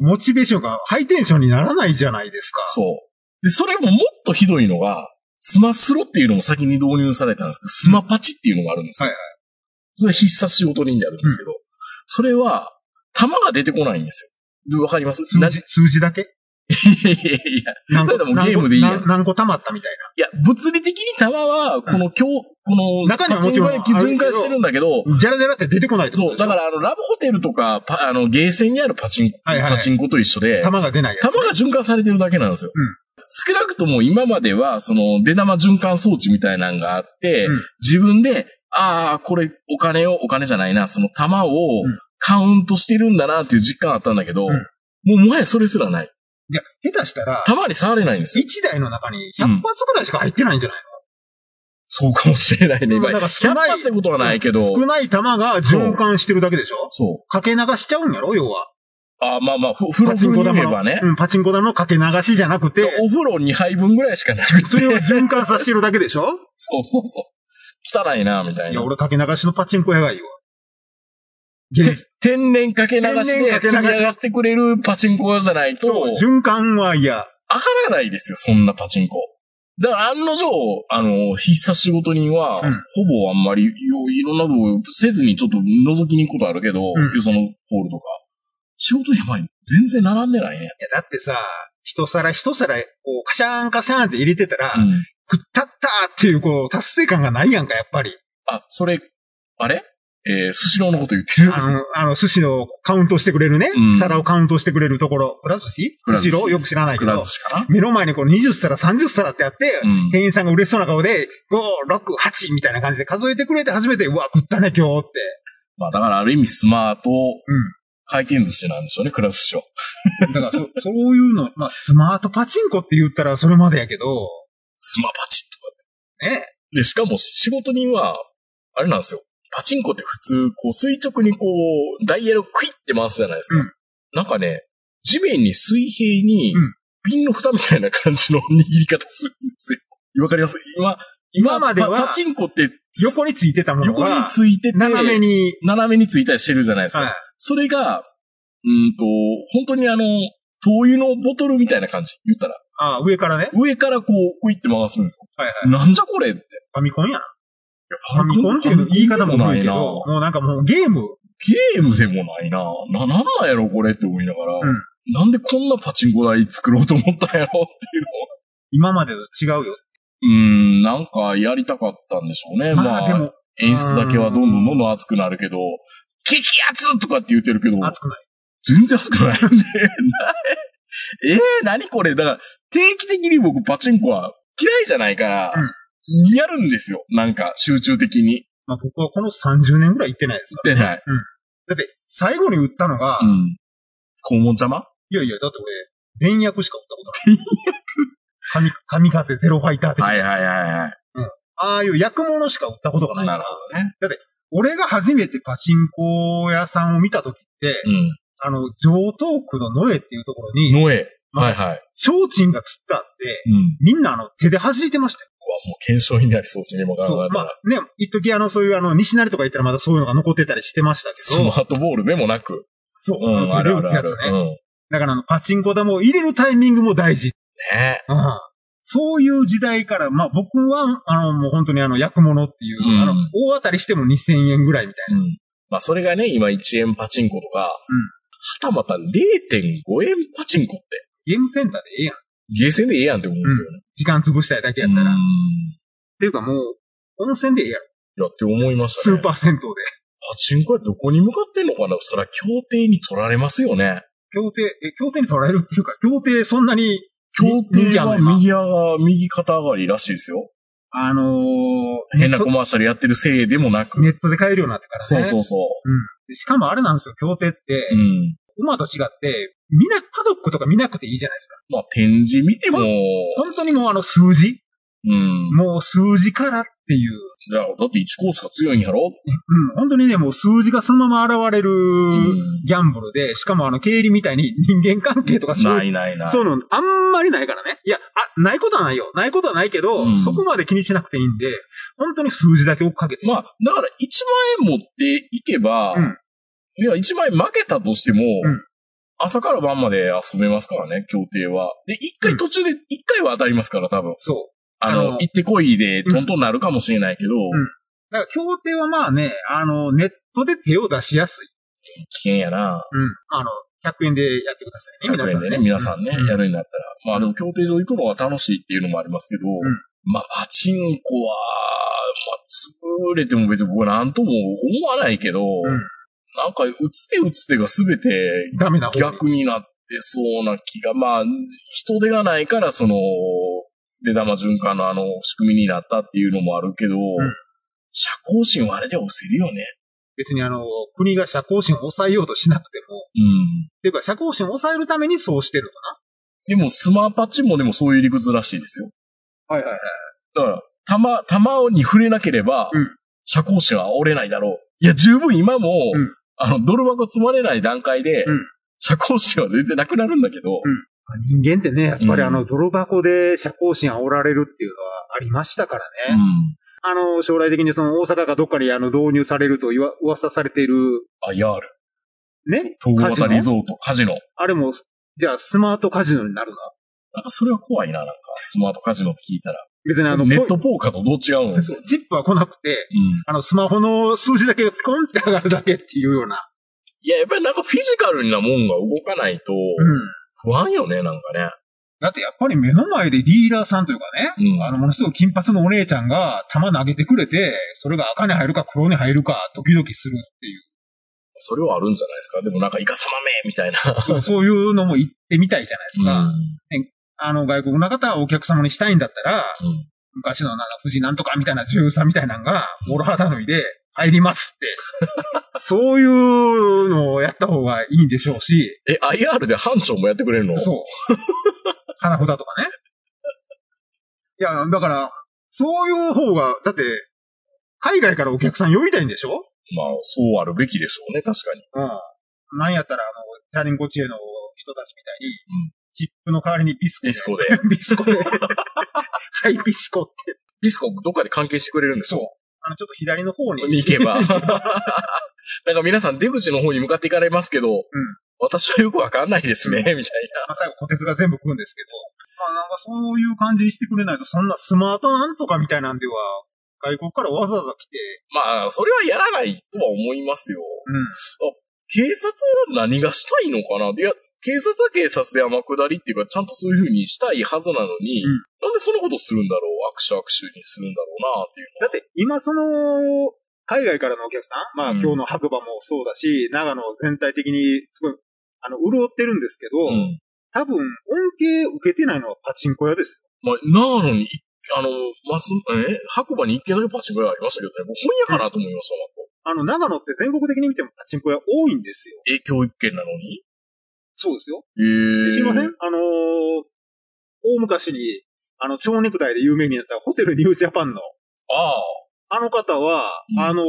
[SPEAKER 3] う、モチベーションがハイテンションにならないじゃないですか。
[SPEAKER 2] そう。で、それももっとひどいのが、スマスロっていうのも先に導入されたんですけど、スマパチっていうのがあるんですよ。
[SPEAKER 3] はい
[SPEAKER 2] それ必殺仕事人であるんですけど、それは、弾が出てこないんですよ。でわかります
[SPEAKER 3] 数
[SPEAKER 2] ない
[SPEAKER 3] 字、数字だけ
[SPEAKER 2] やいやいや、
[SPEAKER 3] 何
[SPEAKER 2] そ
[SPEAKER 3] 個
[SPEAKER 2] れでもゲームでいいやん
[SPEAKER 3] 何個何個溜まったみたい
[SPEAKER 2] いや、物理的に弾は、この強、この、
[SPEAKER 3] 中にはもちろんあるけど
[SPEAKER 2] 循環してるんだけど、
[SPEAKER 3] な。じゃらじゃらって出てこないってこ
[SPEAKER 2] そ
[SPEAKER 3] と
[SPEAKER 2] う、
[SPEAKER 3] でしょ
[SPEAKER 2] だからあの、ラブホテルとか、パあの、ゲーセンにあるパチンコ、
[SPEAKER 3] はいはいはい
[SPEAKER 2] パチンコと一緒で、
[SPEAKER 3] 弾が出ないやつ。
[SPEAKER 2] 弾が循環されてるだけなんですよ。
[SPEAKER 3] うん
[SPEAKER 2] 少なくとも今までは、その、出玉循環装置みたいなのがあって、
[SPEAKER 3] うん
[SPEAKER 2] 自分で、ああ、これ、お金を、お金じゃないな、その弾を
[SPEAKER 3] うん
[SPEAKER 2] カウントしてるんだなっていう実感あったんだけど、
[SPEAKER 3] うん
[SPEAKER 2] もうもはやそれすらない。
[SPEAKER 3] いや、下手したら、
[SPEAKER 2] 弾に触れないんですよ。
[SPEAKER 3] 1台の中に
[SPEAKER 2] うん
[SPEAKER 3] 100発ぐらいしか入ってないんじゃない
[SPEAKER 2] そうかもしれないね、
[SPEAKER 3] の、
[SPEAKER 2] 今。100
[SPEAKER 3] だから少ない
[SPEAKER 2] 発ってことはないけど、
[SPEAKER 3] 少ない弾が循環してるだけでしょ
[SPEAKER 2] そう。
[SPEAKER 3] かけ流しちゃうんやろ要は。
[SPEAKER 2] ああ、まあまあ、ふ風呂風に言えばね
[SPEAKER 3] う、ん、パチンコ玉のかけ流しじゃなくて、
[SPEAKER 2] お風呂2杯分ぐらいしかなくて、
[SPEAKER 3] それを循環させてるだけでしょ
[SPEAKER 2] そうそうそう。汚いな、みたい
[SPEAKER 3] い
[SPEAKER 2] な
[SPEAKER 3] や、。俺かけ流しのパチンコ屋がいいわ。ゲ
[SPEAKER 2] て
[SPEAKER 3] ーセ
[SPEAKER 2] 天然かけ流し
[SPEAKER 3] 天然
[SPEAKER 2] で
[SPEAKER 3] かけ
[SPEAKER 2] 積
[SPEAKER 3] 流し
[SPEAKER 2] み上がってくれるパチンコ屋じゃないと、
[SPEAKER 3] ン循環は嫌。
[SPEAKER 2] 上がらないですよ、そんなパチンコ。だから案の定、あの、必殺仕事人は、
[SPEAKER 3] うん
[SPEAKER 2] ほぼあんまり、よいろんなとこせずにちょっと覗きに行くことあるけど、
[SPEAKER 3] うん
[SPEAKER 2] よそのホールとか。仕事には前に全然並んでないね。
[SPEAKER 3] いや、だってさ、一皿一皿、こう、カシャーンカシャーンって入れてたら、
[SPEAKER 2] うん。
[SPEAKER 3] 食ったったーっていう、こう、達成感がないやんか、やっぱり。
[SPEAKER 2] あ、それ、あれえー、スシローのこと言ってる
[SPEAKER 3] あの、あの、寿司のカウントしてくれるね、
[SPEAKER 2] うん
[SPEAKER 3] 皿をカウントしてくれるところ、くら寿司
[SPEAKER 2] くら寿
[SPEAKER 3] 寿
[SPEAKER 2] 司
[SPEAKER 3] 司ろよく知らない
[SPEAKER 2] く
[SPEAKER 3] け
[SPEAKER 2] ら
[SPEAKER 3] ど
[SPEAKER 2] 寿、司かな
[SPEAKER 3] 目の前にこの20皿、30皿ってあって、
[SPEAKER 2] うん
[SPEAKER 3] 店員さんが嬉しそうな顔で、5、6、8みたいな感じで数えてくれて初めて、うわ、食ったね、今日って。
[SPEAKER 2] まあだからある意味スマート
[SPEAKER 3] うん。
[SPEAKER 2] 回転寿司なんでしょうね、くら寿司は。
[SPEAKER 3] だからそ、 そういうの、まあ、スマートパチンコって言ったらそれまでやけど、
[SPEAKER 2] スマパチとか。
[SPEAKER 3] ね。
[SPEAKER 2] で、しかも仕事人は、あれなんですよ。パチンコって普通、こう垂直にこう、ダイヤルをクイって回すじゃないですか。
[SPEAKER 3] うん
[SPEAKER 2] なんかね、地面に水平に
[SPEAKER 3] うん、
[SPEAKER 2] 瓶の蓋みたいな感じの握り方するんですよ。わかります今、
[SPEAKER 3] 今までは
[SPEAKER 2] パパチンコって、
[SPEAKER 3] 横についてたもの
[SPEAKER 2] 横に
[SPEAKER 3] が、
[SPEAKER 2] ついてて、
[SPEAKER 3] 斜めに、
[SPEAKER 2] 斜めについたりしてるじゃないですか。
[SPEAKER 3] はい。
[SPEAKER 2] それが、うんと、本当にあの、灯油のボトルみたいな感じ、言ったら。
[SPEAKER 3] ああ、上からね。
[SPEAKER 2] 上からこう、浮いって回すんです
[SPEAKER 3] はいはい。
[SPEAKER 2] よ。なんじゃこれって。
[SPEAKER 3] ファミコンやな。ファミコンっていうの言い方もないけど、もうなんかもうゲーム、
[SPEAKER 2] ゲームでもないな。な、なんなんやろこれって思いながら。
[SPEAKER 3] うん
[SPEAKER 2] なんでこんなパチンコ台作ろうと思ったんやろっていう
[SPEAKER 3] 今までと違うよ。
[SPEAKER 2] のは。うん、なんかやりたかったんでしょうね。ま
[SPEAKER 3] ま
[SPEAKER 2] あ、
[SPEAKER 3] あでも、
[SPEAKER 2] 演出だけはどんどんどんどん熱くなるけど、激熱とかって言ってるけど、
[SPEAKER 3] 熱くない。
[SPEAKER 2] 全然熱くないんで、 ええー、何これだから、定期的に僕パチンコは嫌いじゃないから、やるんですよ。なんか、集中的に。
[SPEAKER 3] まあ僕はこの30年ぐらい行ってないですから、
[SPEAKER 2] でない。
[SPEAKER 3] だって、最後に売ったのが、
[SPEAKER 2] う
[SPEAKER 3] い
[SPEAKER 2] ん。肛門邪魔
[SPEAKER 3] やいや、だって俺、電薬しか売ったことない。神神風ゼロファイター的な。
[SPEAKER 2] はいはいはいはい。
[SPEAKER 3] ああいう薬物しか売ったことがないか
[SPEAKER 2] な
[SPEAKER 3] ら
[SPEAKER 2] るほどね。
[SPEAKER 3] 俺が初めてパチンコ屋さんを見た時って、
[SPEAKER 2] うん。
[SPEAKER 3] あの、上東区の野江っていうところに、
[SPEAKER 2] ノエ。はいはい。
[SPEAKER 3] 提灯が釣ったって、
[SPEAKER 2] うん。うわ、
[SPEAKER 3] みんなあの手で弾いてましたよ
[SPEAKER 2] もう検証になりそうですね、今考
[SPEAKER 3] そ
[SPEAKER 2] え
[SPEAKER 3] う。
[SPEAKER 2] た
[SPEAKER 3] ま
[SPEAKER 2] ら。
[SPEAKER 3] あね、一時あの、そういうあの、西成とか行ったらまだそういうのが残ってたりしてました
[SPEAKER 2] ス
[SPEAKER 3] け
[SPEAKER 2] マ
[SPEAKER 3] ど、
[SPEAKER 2] ートボールでもなく。
[SPEAKER 3] そう、
[SPEAKER 2] う
[SPEAKER 3] あ
[SPEAKER 2] ん、
[SPEAKER 3] の
[SPEAKER 2] あ
[SPEAKER 3] 手で
[SPEAKER 2] るあ
[SPEAKER 3] 打
[SPEAKER 2] る
[SPEAKER 3] つ
[SPEAKER 2] あ
[SPEAKER 3] や
[SPEAKER 2] る。
[SPEAKER 3] つ
[SPEAKER 2] う
[SPEAKER 3] ね。
[SPEAKER 2] ん。
[SPEAKER 3] だからあの、パチンコ玉を入れるタイミングも大事。
[SPEAKER 2] ね
[SPEAKER 3] うんそういう時代から、まあ僕は、あの、もう本当にあの、薬物っていう、
[SPEAKER 2] うん
[SPEAKER 3] あの、大当たりしても2000円ぐらいみたい
[SPEAKER 2] うん。まあ、それがね、今1円パチンコとか、は
[SPEAKER 3] ん
[SPEAKER 2] たまた0.5円パチンコって、
[SPEAKER 3] な。ゲームセンターでええやん。
[SPEAKER 2] ゲーセンでええやんって思うんですよね。
[SPEAKER 3] 時間潰したいだけやったら。
[SPEAKER 2] う
[SPEAKER 3] っ
[SPEAKER 2] ん
[SPEAKER 3] ていうかもう、温泉でええやん。
[SPEAKER 2] いやって思いました
[SPEAKER 3] ス
[SPEAKER 2] ね。
[SPEAKER 3] ーパー銭湯で。
[SPEAKER 2] パチンコはどこに向かってんのかなそら、協定に取られますよね。
[SPEAKER 3] 協定、え、協定に取られるっていうか、協定そんなに、
[SPEAKER 2] 協
[SPEAKER 3] 人
[SPEAKER 2] 定
[SPEAKER 3] 気あんの
[SPEAKER 2] は
[SPEAKER 3] 今
[SPEAKER 2] 右上が、右肩上がりらしいですよ。
[SPEAKER 3] あのー
[SPEAKER 2] 変な
[SPEAKER 3] ネッ
[SPEAKER 2] コマーシャルやってるせいでもな
[SPEAKER 3] ト
[SPEAKER 2] く。
[SPEAKER 3] ネットで買えるようになってからね。
[SPEAKER 2] そうそうそ
[SPEAKER 3] でしかもあれなんですよ、競艇って
[SPEAKER 2] う。う、ん。
[SPEAKER 3] 馬と違って、見な、パドックとか見なくていいじゃないですか。
[SPEAKER 2] まあ、展示見ても、
[SPEAKER 3] 本当にもうあの数字
[SPEAKER 2] うん。
[SPEAKER 3] もう数字からっていう。
[SPEAKER 2] いやだって1コースが強いんやろ
[SPEAKER 3] うん、本当にね、もう数字がそのまま現れる
[SPEAKER 2] ん
[SPEAKER 3] ギャンブルで、しかもあの、経理みたいに人間関係とかそう
[SPEAKER 2] な
[SPEAKER 3] いう、
[SPEAKER 2] いないない。
[SPEAKER 3] そういうのあんまりないからね。いや、あ、ないことはないよ。ないことはないけど、
[SPEAKER 2] うん
[SPEAKER 3] そこまで気にしなくていいんで、本当に数字だけ追っかけて。
[SPEAKER 2] まあ、だから1万円持っていけば、
[SPEAKER 3] うん
[SPEAKER 2] いや、一枚負けたとしても、
[SPEAKER 3] うん
[SPEAKER 2] 朝から晩まで遊べますからね、協定は。で、一回途中で、一回は当たりますから、多分。
[SPEAKER 3] そ
[SPEAKER 2] あの、
[SPEAKER 3] あの
[SPEAKER 2] 行ってこいで、トントンなるかもしれないけど、
[SPEAKER 3] んう。だから、協定はまあね、あの、ネットで手を出しやすい。
[SPEAKER 2] 危険やな。
[SPEAKER 3] うん。あの、100円でやってくださいね、皆
[SPEAKER 2] 100
[SPEAKER 3] さ
[SPEAKER 2] 円
[SPEAKER 3] ん
[SPEAKER 2] で
[SPEAKER 3] ね。
[SPEAKER 2] ね、皆さんね、
[SPEAKER 3] う
[SPEAKER 2] やるようになったら。まあでも、協定上行くのは楽しいっていうのもありますけど、
[SPEAKER 3] ん
[SPEAKER 2] まあ、パチンコは、まあ、潰れても別に僕なんとも思わないけど、
[SPEAKER 3] うん
[SPEAKER 2] なんか、打つ手打つ手が全て
[SPEAKER 3] ダメな方がいい
[SPEAKER 2] 逆になってそうな気が、まあ、人手がないから、その、出玉循環のあの、仕組みになったっていうのもあるけど、社交心はあれで押せるよね。
[SPEAKER 3] 別にあの、国が社交心を抑えようとしなくても、
[SPEAKER 2] うん。
[SPEAKER 3] っていうか、社交心を抑えるためにそうしてるのか
[SPEAKER 2] でも、スマパチもでもそういう理屈らしいですよ。
[SPEAKER 3] なはいはいはい。
[SPEAKER 2] だから、玉、玉に触れなければ、
[SPEAKER 3] うん
[SPEAKER 2] 社交心は折れないだろう。いや、十分今も、
[SPEAKER 3] うん
[SPEAKER 2] あの、ドル箱積まれない段階で、
[SPEAKER 3] うん
[SPEAKER 2] 社交心は全然なくなるんだけど、
[SPEAKER 3] ん人間ってね、やっぱ
[SPEAKER 2] うん
[SPEAKER 3] りあの、泥箱で社交心煽られるっていうのはありましたから
[SPEAKER 2] う
[SPEAKER 3] ね。
[SPEAKER 2] ん
[SPEAKER 3] あの、将来的にその大阪がどっかにあの、導入されると言わ噂されている、
[SPEAKER 2] あ、やる。
[SPEAKER 3] ね、
[SPEAKER 2] 東
[SPEAKER 3] カ
[SPEAKER 2] 型
[SPEAKER 3] ジノ
[SPEAKER 2] リゾート、カジノ。
[SPEAKER 3] あれも、じゃあスマートカジノになるの
[SPEAKER 2] なんかそれは怖いな、なんか、スマートカジノって聞いたら。
[SPEAKER 3] 別にあの、
[SPEAKER 2] ネッ
[SPEAKER 3] こ
[SPEAKER 2] トポーカーとどう違うの
[SPEAKER 3] うそうチップは来なくて、
[SPEAKER 2] うん。
[SPEAKER 3] あの、スマホの数字だけコンって上がるだけっていうような。
[SPEAKER 2] いや、やっぱりなんかフィジカルなもんが動かないと、
[SPEAKER 3] うん。
[SPEAKER 2] 不安よね、なんかね。
[SPEAKER 3] だってやっぱり目の前でディーラーさんというかね、
[SPEAKER 2] うん
[SPEAKER 3] あの、ものすごい金髪のお姉ちゃんが玉投げてくれて、それが赤に入るか黒に入るか、ドキドキするっていう。
[SPEAKER 2] それはあるんじゃないですか。でもなんかイカ様めみたいな。
[SPEAKER 3] そうそういうのも行ってみたいじゃないですか。
[SPEAKER 2] うん
[SPEAKER 3] あの、外国の方はお客様にしたいんだったら、
[SPEAKER 2] うん
[SPEAKER 3] 昔のな富士なんとかみたいな女優さんみたいなのが、モロハダノイで入りますって。 そういうのをやった方がいいんでしょうし、
[SPEAKER 2] え、IR で班長もやってくれるの
[SPEAKER 3] そう。花札とかね。いや、だから、そういう方が、だって、海外からお客さん呼びたいんでしょ
[SPEAKER 2] まあ、そうあるべきでしょうね、確かに。
[SPEAKER 3] うん。なんやったら、あの、チャリンコチエの人たちみたいに、
[SPEAKER 2] ん
[SPEAKER 3] チップの代わりにビスコで
[SPEAKER 2] ビスコで。
[SPEAKER 3] ビスコで。はい、ビスコって。
[SPEAKER 2] ビスコどっかで関係してくれるんでし
[SPEAKER 3] そう
[SPEAKER 2] ょ。
[SPEAKER 3] あの、ちょっと左の方に。
[SPEAKER 2] に行けば。 なんか皆さん出口の方に向かっていかれますけど、私はよくわかんないですね、みたいな。
[SPEAKER 3] まあ、最後、小鉄が全部食うんですけど。まあ、なんかそういう感じにしてくれないと、そんなスマートなんとかみたいなんでは、外国からわざわざ来て、
[SPEAKER 2] まあ、それはやらないとは思いますよ。警察は何がしたいのかないや、警察は警察で天下りっていうか、ちゃんとそういう風にしたいはずなのに、
[SPEAKER 3] うん
[SPEAKER 2] なんでそんなことするんだろう握手握手にするんだろうなっていう
[SPEAKER 3] だって、今その、海外からのお客さん、まあ
[SPEAKER 2] うん
[SPEAKER 3] 今日の白馬もそうだし、長野全体的にすごい、あの、潤ってるんですけど、
[SPEAKER 2] の。うん。
[SPEAKER 3] 多分、恩恵受けてないのはパチンコ屋です。
[SPEAKER 2] まあ、長野に、あの、松、え白馬に一軒だけパチンコ屋ありましたけどね、もう本屋かなと思いました、
[SPEAKER 3] あの、長野って全国的に見てもパチンコ屋多いんですよ。
[SPEAKER 2] 影響一軒なのに。
[SPEAKER 3] そうですよ。
[SPEAKER 2] ええー。
[SPEAKER 3] 知りませんあのー大昔に、あの、蝶ネクタイで有名になったホテルニュージャパンの、
[SPEAKER 2] ああ。
[SPEAKER 3] あの方は、
[SPEAKER 2] うん
[SPEAKER 3] あのー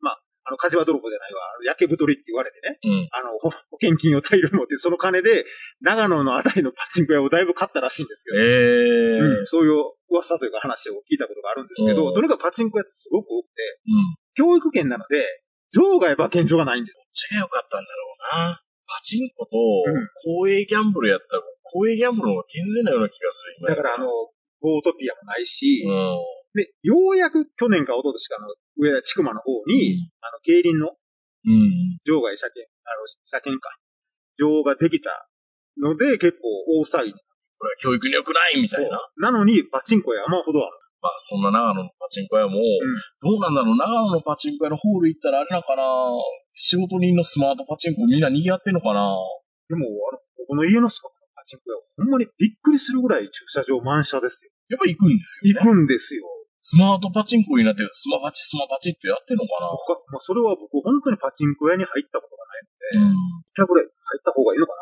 [SPEAKER 3] まあ、あの、火事場泥棒じゃないわ、焼け太りって言われて
[SPEAKER 2] うん。
[SPEAKER 3] ね、あの、ほ保険金を大量に持って、その金で、長野のあたりのパチンコ屋をだいぶ買ったらしいんですけ
[SPEAKER 2] え
[SPEAKER 3] ど、
[SPEAKER 2] えー。うん。
[SPEAKER 3] うんそういう噂というか話を聞いたことがあるんですけど、
[SPEAKER 2] うん
[SPEAKER 3] とにかくパチンコ屋ってすごく多くて、教育圏なので、場外馬券所がないんです。
[SPEAKER 2] どっちが良かったんだろうな。パチンコと
[SPEAKER 3] うん、
[SPEAKER 2] 公営ギャンブルやったら、公営ギャンブルの方が健全なような気がする、今
[SPEAKER 3] だから、あの、ボートピアもないし、
[SPEAKER 2] うん。
[SPEAKER 3] で、ようやく去年か一昨年かの上田千曲の方
[SPEAKER 2] う
[SPEAKER 3] に、
[SPEAKER 2] ん
[SPEAKER 3] あの、競輪の
[SPEAKER 2] うん。
[SPEAKER 3] 場外車検、あの、車検か、場ができたので、結構大騒ぎ。
[SPEAKER 2] これは教育に良くないみたいな。
[SPEAKER 3] なのに、パチンコや山ほどある。
[SPEAKER 2] まあ、そんな長野のパチンコ屋も、どうなんだろう、長野のパチンコ屋のホール行ったらあれなのかな仕事人のスマートパチンコみんな賑わってんのかな
[SPEAKER 3] でも、あの、ここの家の近くのパチンコ屋、ほんまにびっくりするぐらい駐車場満車ですよ。
[SPEAKER 2] やっぱ行くんですよ、ね。
[SPEAKER 3] 行くんですよ。
[SPEAKER 2] スマートパチンコになって、スマパチ、スマパチってやってんのか
[SPEAKER 3] 僕は、まあ、それは僕、本当にパチンコ屋に入ったことがない。
[SPEAKER 2] なうん。
[SPEAKER 3] じゃあこれ、入った方がいいのか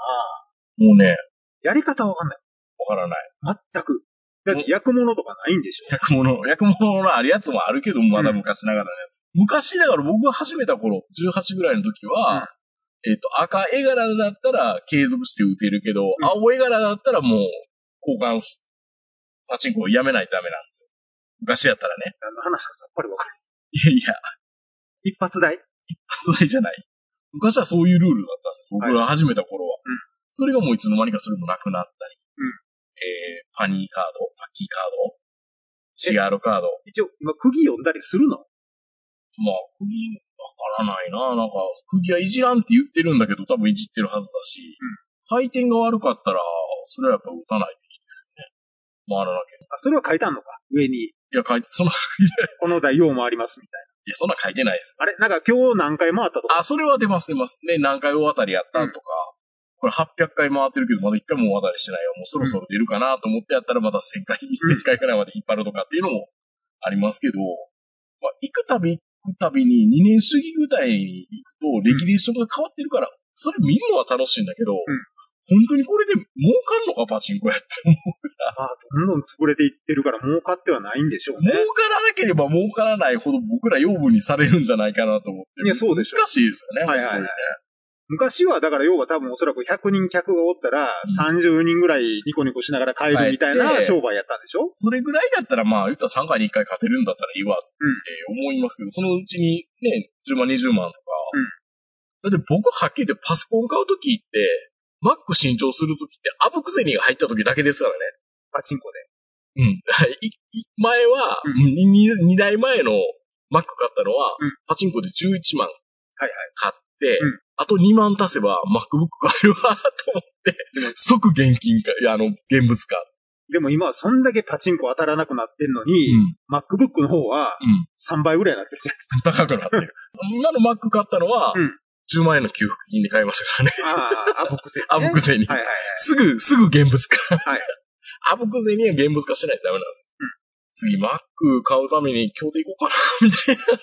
[SPEAKER 2] もうね、
[SPEAKER 3] なやり方わかんない。
[SPEAKER 2] わからない。
[SPEAKER 3] 全く。だって、焼くものとかないんでしょ
[SPEAKER 2] 薬物、薬物のあるやつもあるけど、まだ昔ながらのやつ。昔だから僕が始めた頃、18ぐらいの時は、えっと、赤絵柄だったら継続して打てるけど、
[SPEAKER 3] うん
[SPEAKER 2] 青絵柄だったらもう、交換し、パチンコをやめないとダメなんですよ。昔やったら ね。
[SPEAKER 3] 何の話かさっぱりわかんない。
[SPEAKER 2] いやいや、
[SPEAKER 3] 一発台。
[SPEAKER 2] 発売じゃない。昔はそういうルールだったんです。僕が始めた頃は。
[SPEAKER 4] うん
[SPEAKER 2] それがもういつの間にかそれもなくなったり。
[SPEAKER 4] うん
[SPEAKER 2] えー、パニーカード、パッキーカード、シガールカード。
[SPEAKER 3] 一応、今、釘読んだりするの
[SPEAKER 2] まあ、釘、わからないな。なんか、釘はいじらんって言ってるんだけど、多分いじってるはずだし、回転が悪かったら、それはやっぱ打たないべきですよね。回らなきゃ。
[SPEAKER 3] あ、それは書いてあんのか上に。
[SPEAKER 2] いや、書いそんな、い
[SPEAKER 3] この台4もありますみたい
[SPEAKER 2] や、そんな書いてないです。
[SPEAKER 3] な。あれなんか今日何回回ったとか。
[SPEAKER 2] あ、それは出ます出ます。ね、何回大当たりやったとか、これ800回回ってるけど、まだ1回も大当たりしてないよ。もうそろそろ出るかなと思ってやったら、また1000回、1000回くらいまで引っ張るとかっていうのもありますけど、まあ、行くたび行くたびに2年主義ぐらいに行くと、レギュレーションが変わってるから、それ見るのは楽しいんだけど、本当にこれで儲かんのか、パチンコやって。
[SPEAKER 3] まあ、どんどん潰れていってるから儲かってはないんでしょう
[SPEAKER 2] 儲
[SPEAKER 3] ね。
[SPEAKER 2] からなければ儲からないほど僕ら養分にされるんじゃないかなと思って。
[SPEAKER 3] いやそうですよ
[SPEAKER 2] 難しいですよね。
[SPEAKER 3] はいはいはい昔は、だから要は多分おそらく100人客がおったら、30人ぐらいニコニコしながら帰るみたい
[SPEAKER 2] 帰っ
[SPEAKER 3] な
[SPEAKER 2] て
[SPEAKER 3] 商売やったんでしょ
[SPEAKER 2] それぐらいだったら、まあ、言ったら3回に1回勝てるんだったらいいわって思いますけど、そのうちにね、10万、20万とか。だって僕はっきり言ってパソコン買うときって、マック新調するときって、アブクゼニが入ったときだけですからね。
[SPEAKER 3] パチンコで。
[SPEAKER 2] うん。 いい前は、
[SPEAKER 3] う
[SPEAKER 2] 2, 代前のマック買ったのは、
[SPEAKER 3] うん
[SPEAKER 2] パチンコで11万
[SPEAKER 3] はいはい
[SPEAKER 2] 買って、
[SPEAKER 3] うん
[SPEAKER 2] あと2万足せば MacBook 買えるわ、と思って、即現金か、いや、あの、現物か。
[SPEAKER 3] でも今はそんだけパチンコ当たらなくなってんの
[SPEAKER 2] う
[SPEAKER 3] に、
[SPEAKER 2] ん。
[SPEAKER 3] MacBook の方は
[SPEAKER 2] うん。
[SPEAKER 3] 3倍ぐらいになってるじゃないです
[SPEAKER 2] 高
[SPEAKER 3] か。
[SPEAKER 2] くなって る。今の Mac 買ったのは、
[SPEAKER 3] うん
[SPEAKER 2] 10万円の給付金で買いましたからね。
[SPEAKER 3] ああ、アボクセ、ね。
[SPEAKER 2] アブクゼニ。
[SPEAKER 3] はいはい。
[SPEAKER 2] すぐ、すぐ現物化。
[SPEAKER 3] はい
[SPEAKER 2] アブクゼニは現物化しないとダメなんですよ。次、Mac 買うために今日で行こうか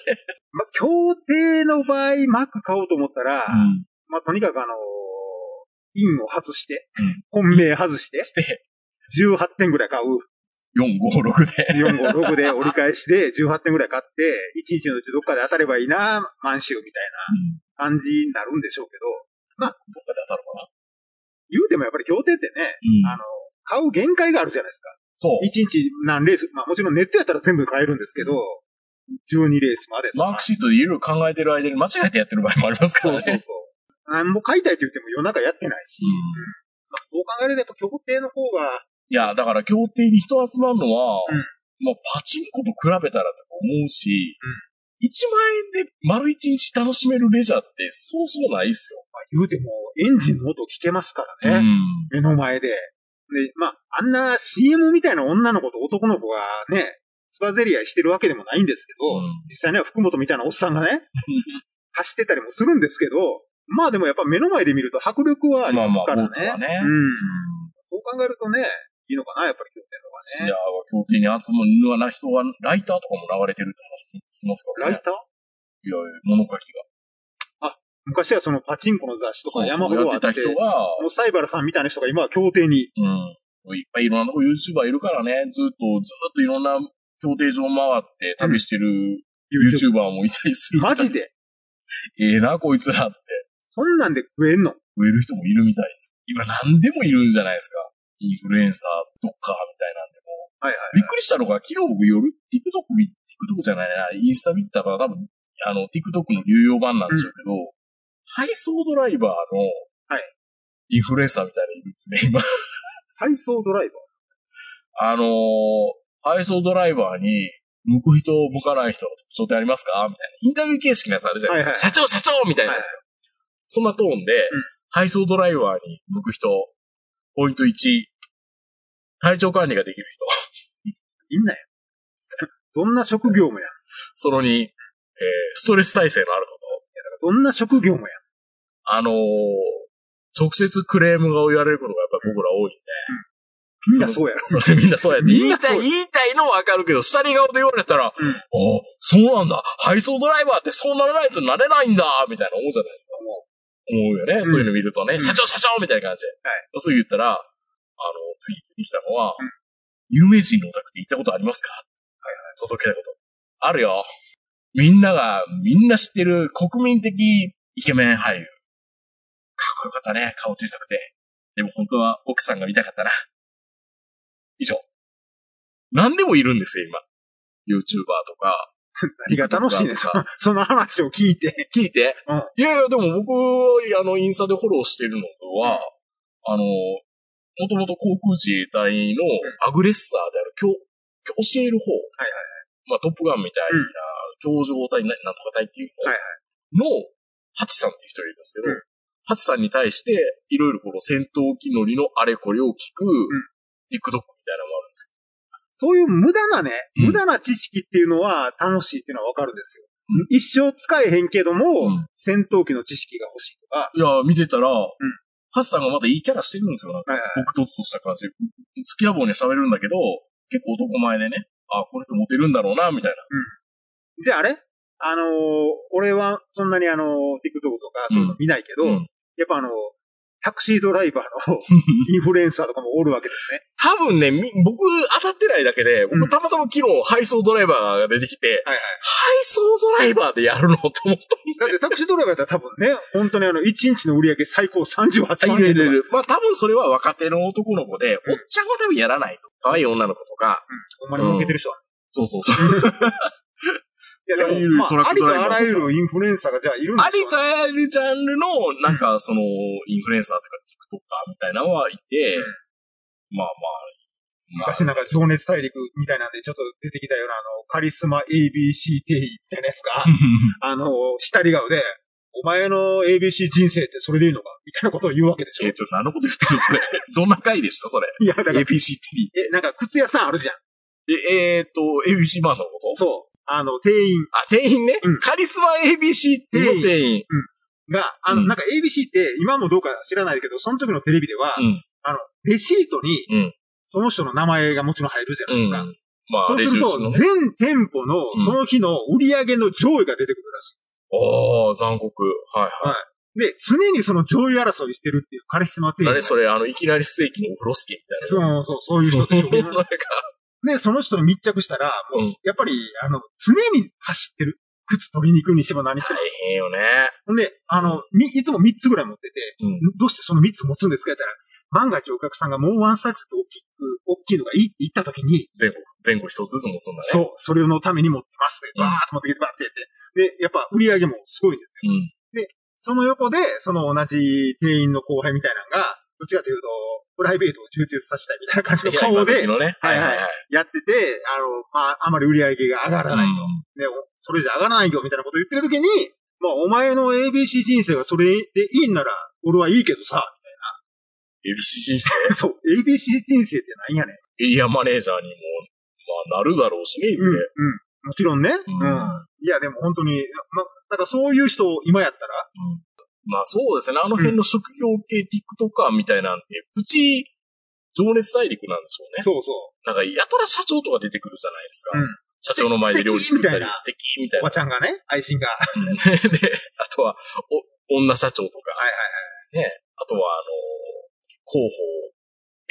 [SPEAKER 3] まあ、協定の場合、Mac 買おうと思った
[SPEAKER 2] な。
[SPEAKER 3] ら、
[SPEAKER 2] うん
[SPEAKER 3] まあ、とにかくあのーインを外して、本命外して、
[SPEAKER 2] して、
[SPEAKER 3] 18点ぐらい買う。
[SPEAKER 2] 4、5、6で。
[SPEAKER 3] 4、5、6で折り返し で18点ぐらい買って、1日のうちどっかで当たればいいな、満州みたいな感じになるんでしょうけど、
[SPEAKER 2] どっかで当たるかな。
[SPEAKER 3] 言うてもやっぱり協定ってね、あの、買う限界があるじゃないですか。
[SPEAKER 2] そう。
[SPEAKER 3] 1日何レース、まあもちろんネットやったら全部買えるんですけど、12レースまでとか。
[SPEAKER 2] マークシートでいろいろ考えてる間に間違えてやってる場合もありますか
[SPEAKER 3] そ
[SPEAKER 2] ら
[SPEAKER 3] う
[SPEAKER 2] ね。
[SPEAKER 3] そうそう。何も買いたいと言っても夜中やってないし、
[SPEAKER 2] うん
[SPEAKER 3] まあ、そう考えるとやっぱ協定の方が、
[SPEAKER 2] いや、だから協定に人集まるのは、
[SPEAKER 3] うん
[SPEAKER 2] まあ、パチンコと比べたらと思うし、一1万円で丸一日楽しめるレジャーってそうそうないっすよ。
[SPEAKER 3] まあ、言うてもエンジンの音聞けますから
[SPEAKER 2] う
[SPEAKER 3] ね。
[SPEAKER 2] ん
[SPEAKER 3] 目の前で。で、まあ、あんな CM みたいな女の子と男の子がね、つばぜり合いしてるわけでもないんですけど、
[SPEAKER 2] うん
[SPEAKER 3] 実際には福本みたいなおっさんが ね、走ってたりもするんですけど、まあでもやっぱ目の前で見ると迫力はありますからね。
[SPEAKER 2] まあまあ僕はね
[SPEAKER 3] うん。
[SPEAKER 2] う
[SPEAKER 3] そう考えるとね、いいのかな、やっぱり協定
[SPEAKER 2] ん。い
[SPEAKER 3] の方が
[SPEAKER 2] や
[SPEAKER 3] ね。、
[SPEAKER 2] 協定に集まるのはな人は、ライターとかも流れてるって話も聞きますから
[SPEAKER 3] ライ
[SPEAKER 2] ね。
[SPEAKER 3] ター
[SPEAKER 2] いや、物書きが。
[SPEAKER 3] 昔はそのパチンコの雑誌とか山ほ
[SPEAKER 2] そうそう
[SPEAKER 3] ど
[SPEAKER 2] やっ
[SPEAKER 3] あ
[SPEAKER 2] た
[SPEAKER 3] ってて、
[SPEAKER 2] 人が、
[SPEAKER 3] もうサイバルさんみたいな人が今は協定に、
[SPEAKER 2] うん。いっぱいいろんなとこ YouTuber いるからね、ずっと、ずっといろんな協定上回って旅してる YouTuber もいたりする。
[SPEAKER 3] マジで、
[SPEAKER 2] ええな、こいつらって。
[SPEAKER 3] そんなんで食えんの
[SPEAKER 2] 増える人もいるみたいです。今何でもいるんじゃないですか。インフルエンサー、ドッカーみたいなんでも。
[SPEAKER 3] はいはい。
[SPEAKER 2] びっくりしたのが、昨日僕夜、TikTok 見、TikTok じゃないな、インスタ見てたから多分、あの、TikTok の流用版なんでしょうけど、配送ドライバーの、
[SPEAKER 3] はい
[SPEAKER 2] インフルエンサーみたいないるんですね、今。
[SPEAKER 3] 配送ドライバー。
[SPEAKER 2] あのー配送ドライバーに、向く人、向かない人の特徴ってありますかみたいな。インタビュー形式のやつあるじゃないですか。社長、社長みたいな。
[SPEAKER 3] はいは
[SPEAKER 2] そんなトーンで、
[SPEAKER 3] ん
[SPEAKER 2] 配送ドライバーに向く人、ポイント1、体調管理ができる人、
[SPEAKER 3] いんなよ。 どんな職業もや。
[SPEAKER 2] その2、えーストレス耐性のあるこ
[SPEAKER 3] どんな職業もや。
[SPEAKER 2] と。あのー直接クレームが言われることがやっぱり僕ら多いんで。
[SPEAKER 3] みんなそうやろ。
[SPEAKER 2] それみんなそうやって。
[SPEAKER 3] み
[SPEAKER 2] 言
[SPEAKER 3] ん
[SPEAKER 2] い
[SPEAKER 3] な
[SPEAKER 2] た
[SPEAKER 3] そう
[SPEAKER 2] い、
[SPEAKER 3] や
[SPEAKER 2] 言いたいのはわかるけど、下に顔で言われたら、
[SPEAKER 3] うん
[SPEAKER 2] ああ、そうなんだ。配送ドライバーってそうならないとなれないんだみたいな思うじゃないですか。思うよね、そういうの見るとね。
[SPEAKER 3] ん
[SPEAKER 2] 社長、社長みたいな感じで。
[SPEAKER 3] はい
[SPEAKER 2] そう言ったら、あの、次出てきたのは、
[SPEAKER 3] うん
[SPEAKER 2] 有名人のお宅って行ったことありますか届けたこと。あるよ。みんなが、みんな知ってる国民的イケメン俳優。かっこよかったね。顔小さくて。でも本当は奥さんが見たかったな。以上。何でもいるんですよ、今。YouTuber とか、
[SPEAKER 3] 何が楽しいんですかその 話を聞いて。
[SPEAKER 2] 聞いて。
[SPEAKER 3] うん
[SPEAKER 2] いやいや、でも僕、あの、インスタでフォローしてるのは、あの、もともと航空自衛隊のアグレッサーである教、教教える方。
[SPEAKER 3] はいはい
[SPEAKER 2] まあ、トップガンみたいな、教場隊、ななんとか隊っていう
[SPEAKER 3] はい
[SPEAKER 2] の、の、ハチさんっていう人がいるんですけど、
[SPEAKER 3] うん
[SPEAKER 2] ハチさんに対して、いろいろこの戦闘機乗りのあれこれを聞く、TikTok みたいなのもあるんです
[SPEAKER 3] そういう無駄なね、
[SPEAKER 2] うん
[SPEAKER 3] 無駄な知識っていうのは楽しいっていうのはわかるんですよ
[SPEAKER 2] うん。
[SPEAKER 3] 一生使えへんけども、
[SPEAKER 2] うん
[SPEAKER 3] 戦闘機の知識が欲しいとか、
[SPEAKER 2] よ。いや、見てたら、ハチさんがまたいいキャラしてるんですよ、なんか
[SPEAKER 3] はいはい
[SPEAKER 2] 僕とつとした感じで、好きな棒には喋るんだけど、結構男前でね、あ、これってモテるんだろうな、みたい
[SPEAKER 3] じゃああれあのー俺はそんなにあのー TikTok とかそういうの見ないけど、
[SPEAKER 2] な。うん
[SPEAKER 3] やっぱあのータクシードライバ ーのインフルエンサーとかもおるわけですね。
[SPEAKER 2] 多分ね、み僕当たってないだけで、
[SPEAKER 3] う
[SPEAKER 2] 僕
[SPEAKER 3] ん
[SPEAKER 2] たまたま昨日配送ドライバーが出てきて、
[SPEAKER 3] はいはい。
[SPEAKER 2] 配送ドライバーでやるのと思っ
[SPEAKER 3] だってタクシードライバーだったら多分ね、本当にあの、1日の売り上げ最高38万円と
[SPEAKER 2] た。
[SPEAKER 3] か。
[SPEAKER 2] る。まあ多分それは若手の男の子で、おっちゃんは多分やらないと。可愛い女の子とか、
[SPEAKER 3] ほんまに儲けてる人は。
[SPEAKER 2] そうそうそう。
[SPEAKER 3] いやで
[SPEAKER 2] いわゆ
[SPEAKER 3] も、
[SPEAKER 2] る
[SPEAKER 3] ま
[SPEAKER 2] トラッ
[SPEAKER 3] あ、あ
[SPEAKER 2] ク
[SPEAKER 3] り
[SPEAKER 2] ドライバ
[SPEAKER 3] と
[SPEAKER 2] ー
[SPEAKER 3] あらゆるインフルエンサーがじゃあいるんで
[SPEAKER 2] あ
[SPEAKER 3] す
[SPEAKER 2] り
[SPEAKER 3] よ、
[SPEAKER 2] と
[SPEAKER 3] ね。
[SPEAKER 2] あらゆるジャンルの、なんかその、インフルエンサーとか TikToker みたいなのはいて、まあまあ、まあ
[SPEAKER 3] 昔なんか情熱大陸みたいなんでちょっと出てきたようなあの、カリスマ ABC 定位みたいなやつが、あの、下り顔で、お前の ABC 人生ってそれでいいのかみたいなことを言うわけでし ょ
[SPEAKER 2] え、。ちょ、何のこと言ってるのそれ。 どんな回でしたそれ。
[SPEAKER 3] いや、だから、
[SPEAKER 2] APC
[SPEAKER 3] え、なんか靴屋さんあるじゃん。
[SPEAKER 2] TV。え、えーっと、ABC バーのこと
[SPEAKER 3] そう。あの、店員
[SPEAKER 2] あ、店員ね
[SPEAKER 3] うん。
[SPEAKER 2] カリスマ ABC の
[SPEAKER 3] 店員
[SPEAKER 2] 店員。
[SPEAKER 3] が、あの、
[SPEAKER 2] うん
[SPEAKER 3] なんか ABC って今もどうか知らないけど、その時のテレビでは、
[SPEAKER 2] うん
[SPEAKER 3] あの、レシートに、
[SPEAKER 2] うん
[SPEAKER 3] その人の名前がもちろん入るじゃな
[SPEAKER 2] う
[SPEAKER 3] いで
[SPEAKER 2] ん
[SPEAKER 3] すか。。
[SPEAKER 2] まあ、
[SPEAKER 3] そう
[SPEAKER 2] レ
[SPEAKER 3] す
[SPEAKER 2] ジ
[SPEAKER 3] る
[SPEAKER 2] 打
[SPEAKER 3] と
[SPEAKER 2] ちの、ね。
[SPEAKER 3] 全店舗の
[SPEAKER 2] ん
[SPEAKER 3] その日の売り上げの上位が出てくるらしいんです。
[SPEAKER 2] ああ、残酷。はいは
[SPEAKER 3] で、常にその上位争いしてるっていうカリスマ
[SPEAKER 2] い。
[SPEAKER 3] 店員。
[SPEAKER 2] 何それ、あの、いきなりステーキのオフロスケみたいな。
[SPEAKER 3] そうそう、そういう人でし ょ。
[SPEAKER 2] なんか、
[SPEAKER 3] で、その人に密着したら、もう
[SPEAKER 2] うん、
[SPEAKER 3] やっぱり、あの、常に走ってる。靴取りに行くにしても何して
[SPEAKER 2] 大
[SPEAKER 3] も。
[SPEAKER 2] 変よね。
[SPEAKER 3] ほんで、あの、み、いつも3つぐらい持ってて、
[SPEAKER 2] うん。
[SPEAKER 3] どうしてその3つ持つんですかって言ったら、万が一お客さんがもうワンサイズと大きく、大きいのがいいって言った時に、
[SPEAKER 2] 前後、前後一つずつ持つんだね。
[SPEAKER 3] そう、それのために持ってますって、
[SPEAKER 2] うん
[SPEAKER 3] バーッと持ってきて、バーッてやって。で、やっぱ売り上げもすごいんですよ。
[SPEAKER 2] うん。
[SPEAKER 3] その横で、その同じ店員の後輩みたいなのが、どっちかというと、プライベートを充実させたいみたいな感じの
[SPEAKER 2] いや今
[SPEAKER 3] 顔
[SPEAKER 2] 時
[SPEAKER 3] で
[SPEAKER 2] のね。
[SPEAKER 3] はいはいやってて、あの、まあ、あまり売り上げが上がらないと。
[SPEAKER 2] う
[SPEAKER 3] ね、おそれじゃ上がらないよみたいなこと言ってる時に、まあ、お前の ABC 人生がそれでいいんなら、俺はいいけどさ、
[SPEAKER 2] ん ABC 人生
[SPEAKER 3] そう、ABC 人生ってなんやねん。
[SPEAKER 2] エリアマネージャーにも、まあ、なるだろうしね、いず
[SPEAKER 3] うん、う
[SPEAKER 2] れ。
[SPEAKER 3] ん。もちろんね。うん。
[SPEAKER 2] うん
[SPEAKER 3] いや、でも本当に、ま、なんかそういう人、今やったら、
[SPEAKER 2] まあそうですね。あの辺の職業系 TikToker みたいなんて、プチ情熱大陸なんでしょうね。
[SPEAKER 3] そうそ
[SPEAKER 2] なんか、やたら社長とか出てくるじゃないですか。
[SPEAKER 3] うん
[SPEAKER 2] 社長の前で料理作ったり、素
[SPEAKER 3] 素、
[SPEAKER 2] 敵みたいう
[SPEAKER 3] おば
[SPEAKER 2] な。
[SPEAKER 3] ちゃんがね、愛心が、
[SPEAKER 2] うんで、あとは、お、女社長とか。
[SPEAKER 3] はい
[SPEAKER 2] ね。あとは、あの、広報、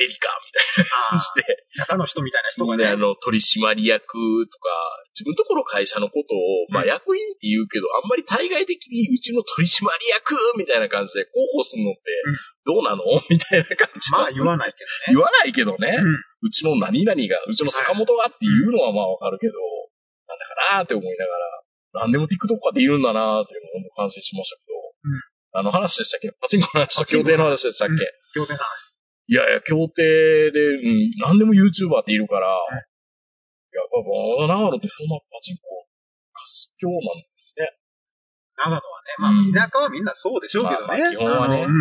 [SPEAKER 2] エリカみたい
[SPEAKER 3] あ
[SPEAKER 2] な
[SPEAKER 3] ー
[SPEAKER 2] して、
[SPEAKER 3] 中の人みたいな人が
[SPEAKER 2] ね、
[SPEAKER 3] ね、
[SPEAKER 2] あの、取締役とか、自分のところ会社のことを、まあ、役員って言うけど、あんまり対外的にうちの取締役みたいな感じで候補するのって、どうなの みたいな感じ
[SPEAKER 3] ま
[SPEAKER 2] は
[SPEAKER 3] あ
[SPEAKER 2] す
[SPEAKER 3] 言
[SPEAKER 2] る
[SPEAKER 3] わないけど
[SPEAKER 2] 言
[SPEAKER 3] ね。
[SPEAKER 2] わないけどね、
[SPEAKER 3] うん
[SPEAKER 2] うちの何々が、うちの坂本がっていうのはまあわかるけど、なんだかなーって思いながら、何でも TikTok かって言うんだなーっていうのを感心しましたけど、あの話でしたっけパチンコの話と協定の話でしたっけ、
[SPEAKER 3] うん今日の話。
[SPEAKER 2] いやいや、協定で、うん、何でも YouTuber っているから、いや、やっぱ、長野ってそんなパチンコ、活況なんですね。
[SPEAKER 3] 長野はね、
[SPEAKER 2] うん
[SPEAKER 3] まあ、田舎はみんなそうでしょうけどね。
[SPEAKER 2] まあまあ基本はね
[SPEAKER 3] あのうん。あの、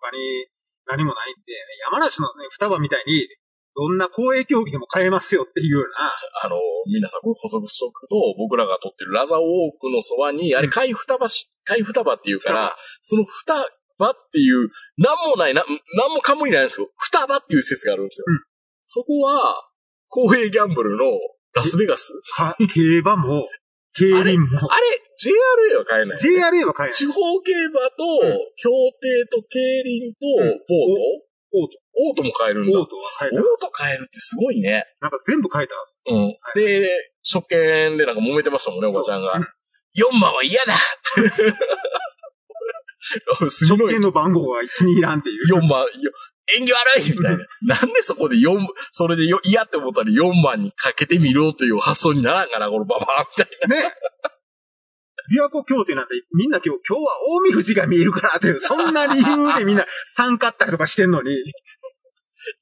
[SPEAKER 3] 他に何もないんで、山梨のね、双葉みたいに、どんな公営競技でも買えますよっていうような、
[SPEAKER 2] あの、皆さんこれ補足しとくと、僕らが撮ってるラザウォークのそばに、あれ、貝双葉し、貝双葉っていうから、その双葉っていう、なんもない、なん、なんもかもにないんですよ。双葉っていう施設があるんですよ。
[SPEAKER 3] うん
[SPEAKER 2] そこは、公平ギャンブルのラスベガス。
[SPEAKER 3] か競馬 も、競輪も、
[SPEAKER 2] あれ、JRA は買えないよね、
[SPEAKER 3] JRA は買えない。
[SPEAKER 2] 地方競馬と、
[SPEAKER 3] うん
[SPEAKER 2] 競艇と競輪と、ボート、
[SPEAKER 3] オート。
[SPEAKER 2] オートも買えるんだ。
[SPEAKER 3] オー
[SPEAKER 2] オー
[SPEAKER 3] トは買えた。
[SPEAKER 2] ト買えるってすごいね。
[SPEAKER 3] なんか全部買えたはず。
[SPEAKER 2] うん。で、初見でなんか揉めてましたもんね、おばちゃんが
[SPEAKER 3] そう。
[SPEAKER 2] 4番は 嫌だすごい
[SPEAKER 3] 食券。の番号が気に入らんっていう。
[SPEAKER 2] 4番、よ縁起悪いみたいな。なんでそこで4、それでよ嫌って思ったら4番にかけてみろという発想にならんかな、このババアみたい
[SPEAKER 3] 琵琶湖協定なんて、みんな今日、今日は大見富士が見えるからという、そんな理由でみんな参加ったりとかしてんのに、
[SPEAKER 2] な。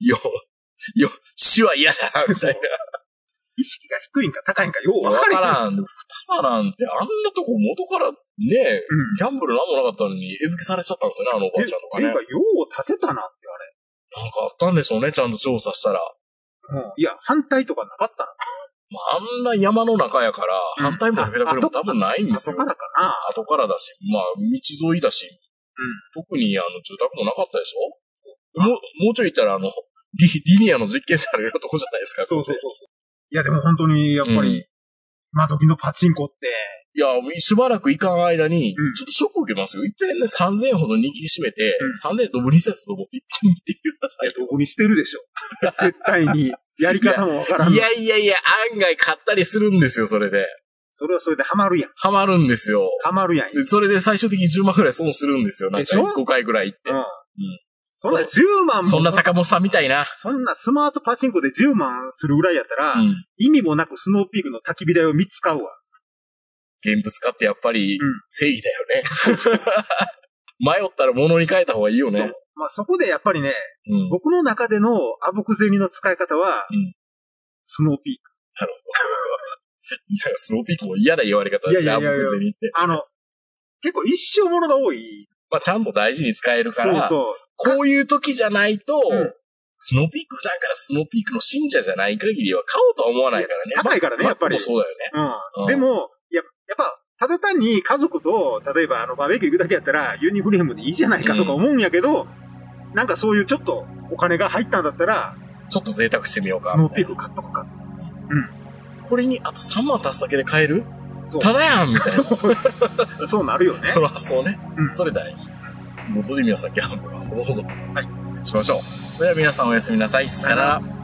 [SPEAKER 2] よ、よ、死は嫌だ、みたいな。
[SPEAKER 3] 意識が低いんか高いんかよう
[SPEAKER 2] わ
[SPEAKER 3] 分か
[SPEAKER 2] か
[SPEAKER 3] れへん。
[SPEAKER 2] らん。二葉なんてあんなとこ元からね、
[SPEAKER 3] うん。
[SPEAKER 2] ギャンブルなんもなかったのに餌付けされちゃったんですよね、あのおばあちゃんとかね。
[SPEAKER 3] て
[SPEAKER 2] なん
[SPEAKER 3] か
[SPEAKER 2] か、
[SPEAKER 3] よう立てたなって
[SPEAKER 2] あったんでしょうね、ちゃんと調査したら。
[SPEAKER 3] あれ。うん。いや、反対とかなかったな。
[SPEAKER 2] まあ、あんな山の中やから、
[SPEAKER 3] うん
[SPEAKER 2] 反対もヘラヘラも多分ないんです
[SPEAKER 3] そ
[SPEAKER 2] よ
[SPEAKER 3] こ。からかな。
[SPEAKER 2] 後からだし、まあ、道沿いだし、特にあの住宅もなかったでしょもう、もうちょい行ったらあの、リリニアの実験されるとこじゃないですか。
[SPEAKER 3] そうそうそう
[SPEAKER 2] ここ
[SPEAKER 3] そう。いや、でも本当に、やっぱ
[SPEAKER 2] う
[SPEAKER 3] り、今時のパチンコって、
[SPEAKER 2] いや、しばらく行かん間に
[SPEAKER 3] うん、
[SPEAKER 2] ちょっとショック受けますよ。一遍ね、3000円ほど握りしめて、
[SPEAKER 3] う
[SPEAKER 2] 3000円ドブリセットと思って一遍行ってきてください
[SPEAKER 3] どこにしてるでしょ。 絶対に、やり方もわからんの。
[SPEAKER 2] いやいやいや、案外買ったりするんですよ、それで。
[SPEAKER 3] それはそれでハマるやん。
[SPEAKER 2] ハマるんですよ。
[SPEAKER 3] ハマるやん。
[SPEAKER 2] でそれで最終的に10万くらい損するんですよ。なん
[SPEAKER 3] でし
[SPEAKER 2] か
[SPEAKER 3] ょ
[SPEAKER 2] 5回くらい行って。
[SPEAKER 3] うんそんな
[SPEAKER 2] そ
[SPEAKER 3] 10万も、
[SPEAKER 2] そんな坂本さんみたいな。
[SPEAKER 3] そんなスマートパチンコで10万するぐらいやったら、
[SPEAKER 2] うん。
[SPEAKER 3] 意味もなくスノーピークの焚き火台を3つ買うわ。
[SPEAKER 2] 現物買ってやっぱり
[SPEAKER 3] うん
[SPEAKER 2] 正義だよね。 迷ったら物に変えた方がいいよ
[SPEAKER 3] そう
[SPEAKER 2] ね。
[SPEAKER 3] まあそこでやっぱりね、
[SPEAKER 2] うん。
[SPEAKER 3] 僕の中でのあぼく銭の使い方は、
[SPEAKER 2] うん
[SPEAKER 3] スノーピーク。
[SPEAKER 2] いやスローピークも嫌な言われ方です
[SPEAKER 3] い
[SPEAKER 2] ね、
[SPEAKER 3] や
[SPEAKER 2] ア
[SPEAKER 3] い
[SPEAKER 2] ブ
[SPEAKER 3] やいやいや
[SPEAKER 2] クゼニって。
[SPEAKER 3] あの、結構一生ものが多い。
[SPEAKER 2] まあちゃんと大事に使えるか
[SPEAKER 3] そう
[SPEAKER 2] ら、
[SPEAKER 3] そう。
[SPEAKER 2] こういう時じゃないと
[SPEAKER 3] うん、
[SPEAKER 2] スノーピーク普段からスノーピークの信者じゃない限りは買おうとは思わないからね。
[SPEAKER 3] 高いからね、やっぱり。
[SPEAKER 2] もそうだよね。
[SPEAKER 3] う。
[SPEAKER 2] うんん
[SPEAKER 3] でも、や、やっぱ、ただ単に家族と、例えばあのバーベキュー行くだけやったら、ユニフレームでいいじゃないかとか思うんやけど、なんかそういうちょっとお金が入ったんだったら、
[SPEAKER 2] ちょっと贅沢してみようか
[SPEAKER 3] ス。ノーピーク買っとくか。
[SPEAKER 2] これにあと3万足すだけで買える
[SPEAKER 3] そう。
[SPEAKER 2] ただやんみたいな。
[SPEAKER 3] そうなるよね。
[SPEAKER 2] その発想ね。
[SPEAKER 3] うん
[SPEAKER 2] それ大事。元で皆さんギャンブルはほどほど。はい。しましょう。それでは皆さんおやすみなさい。さよなら。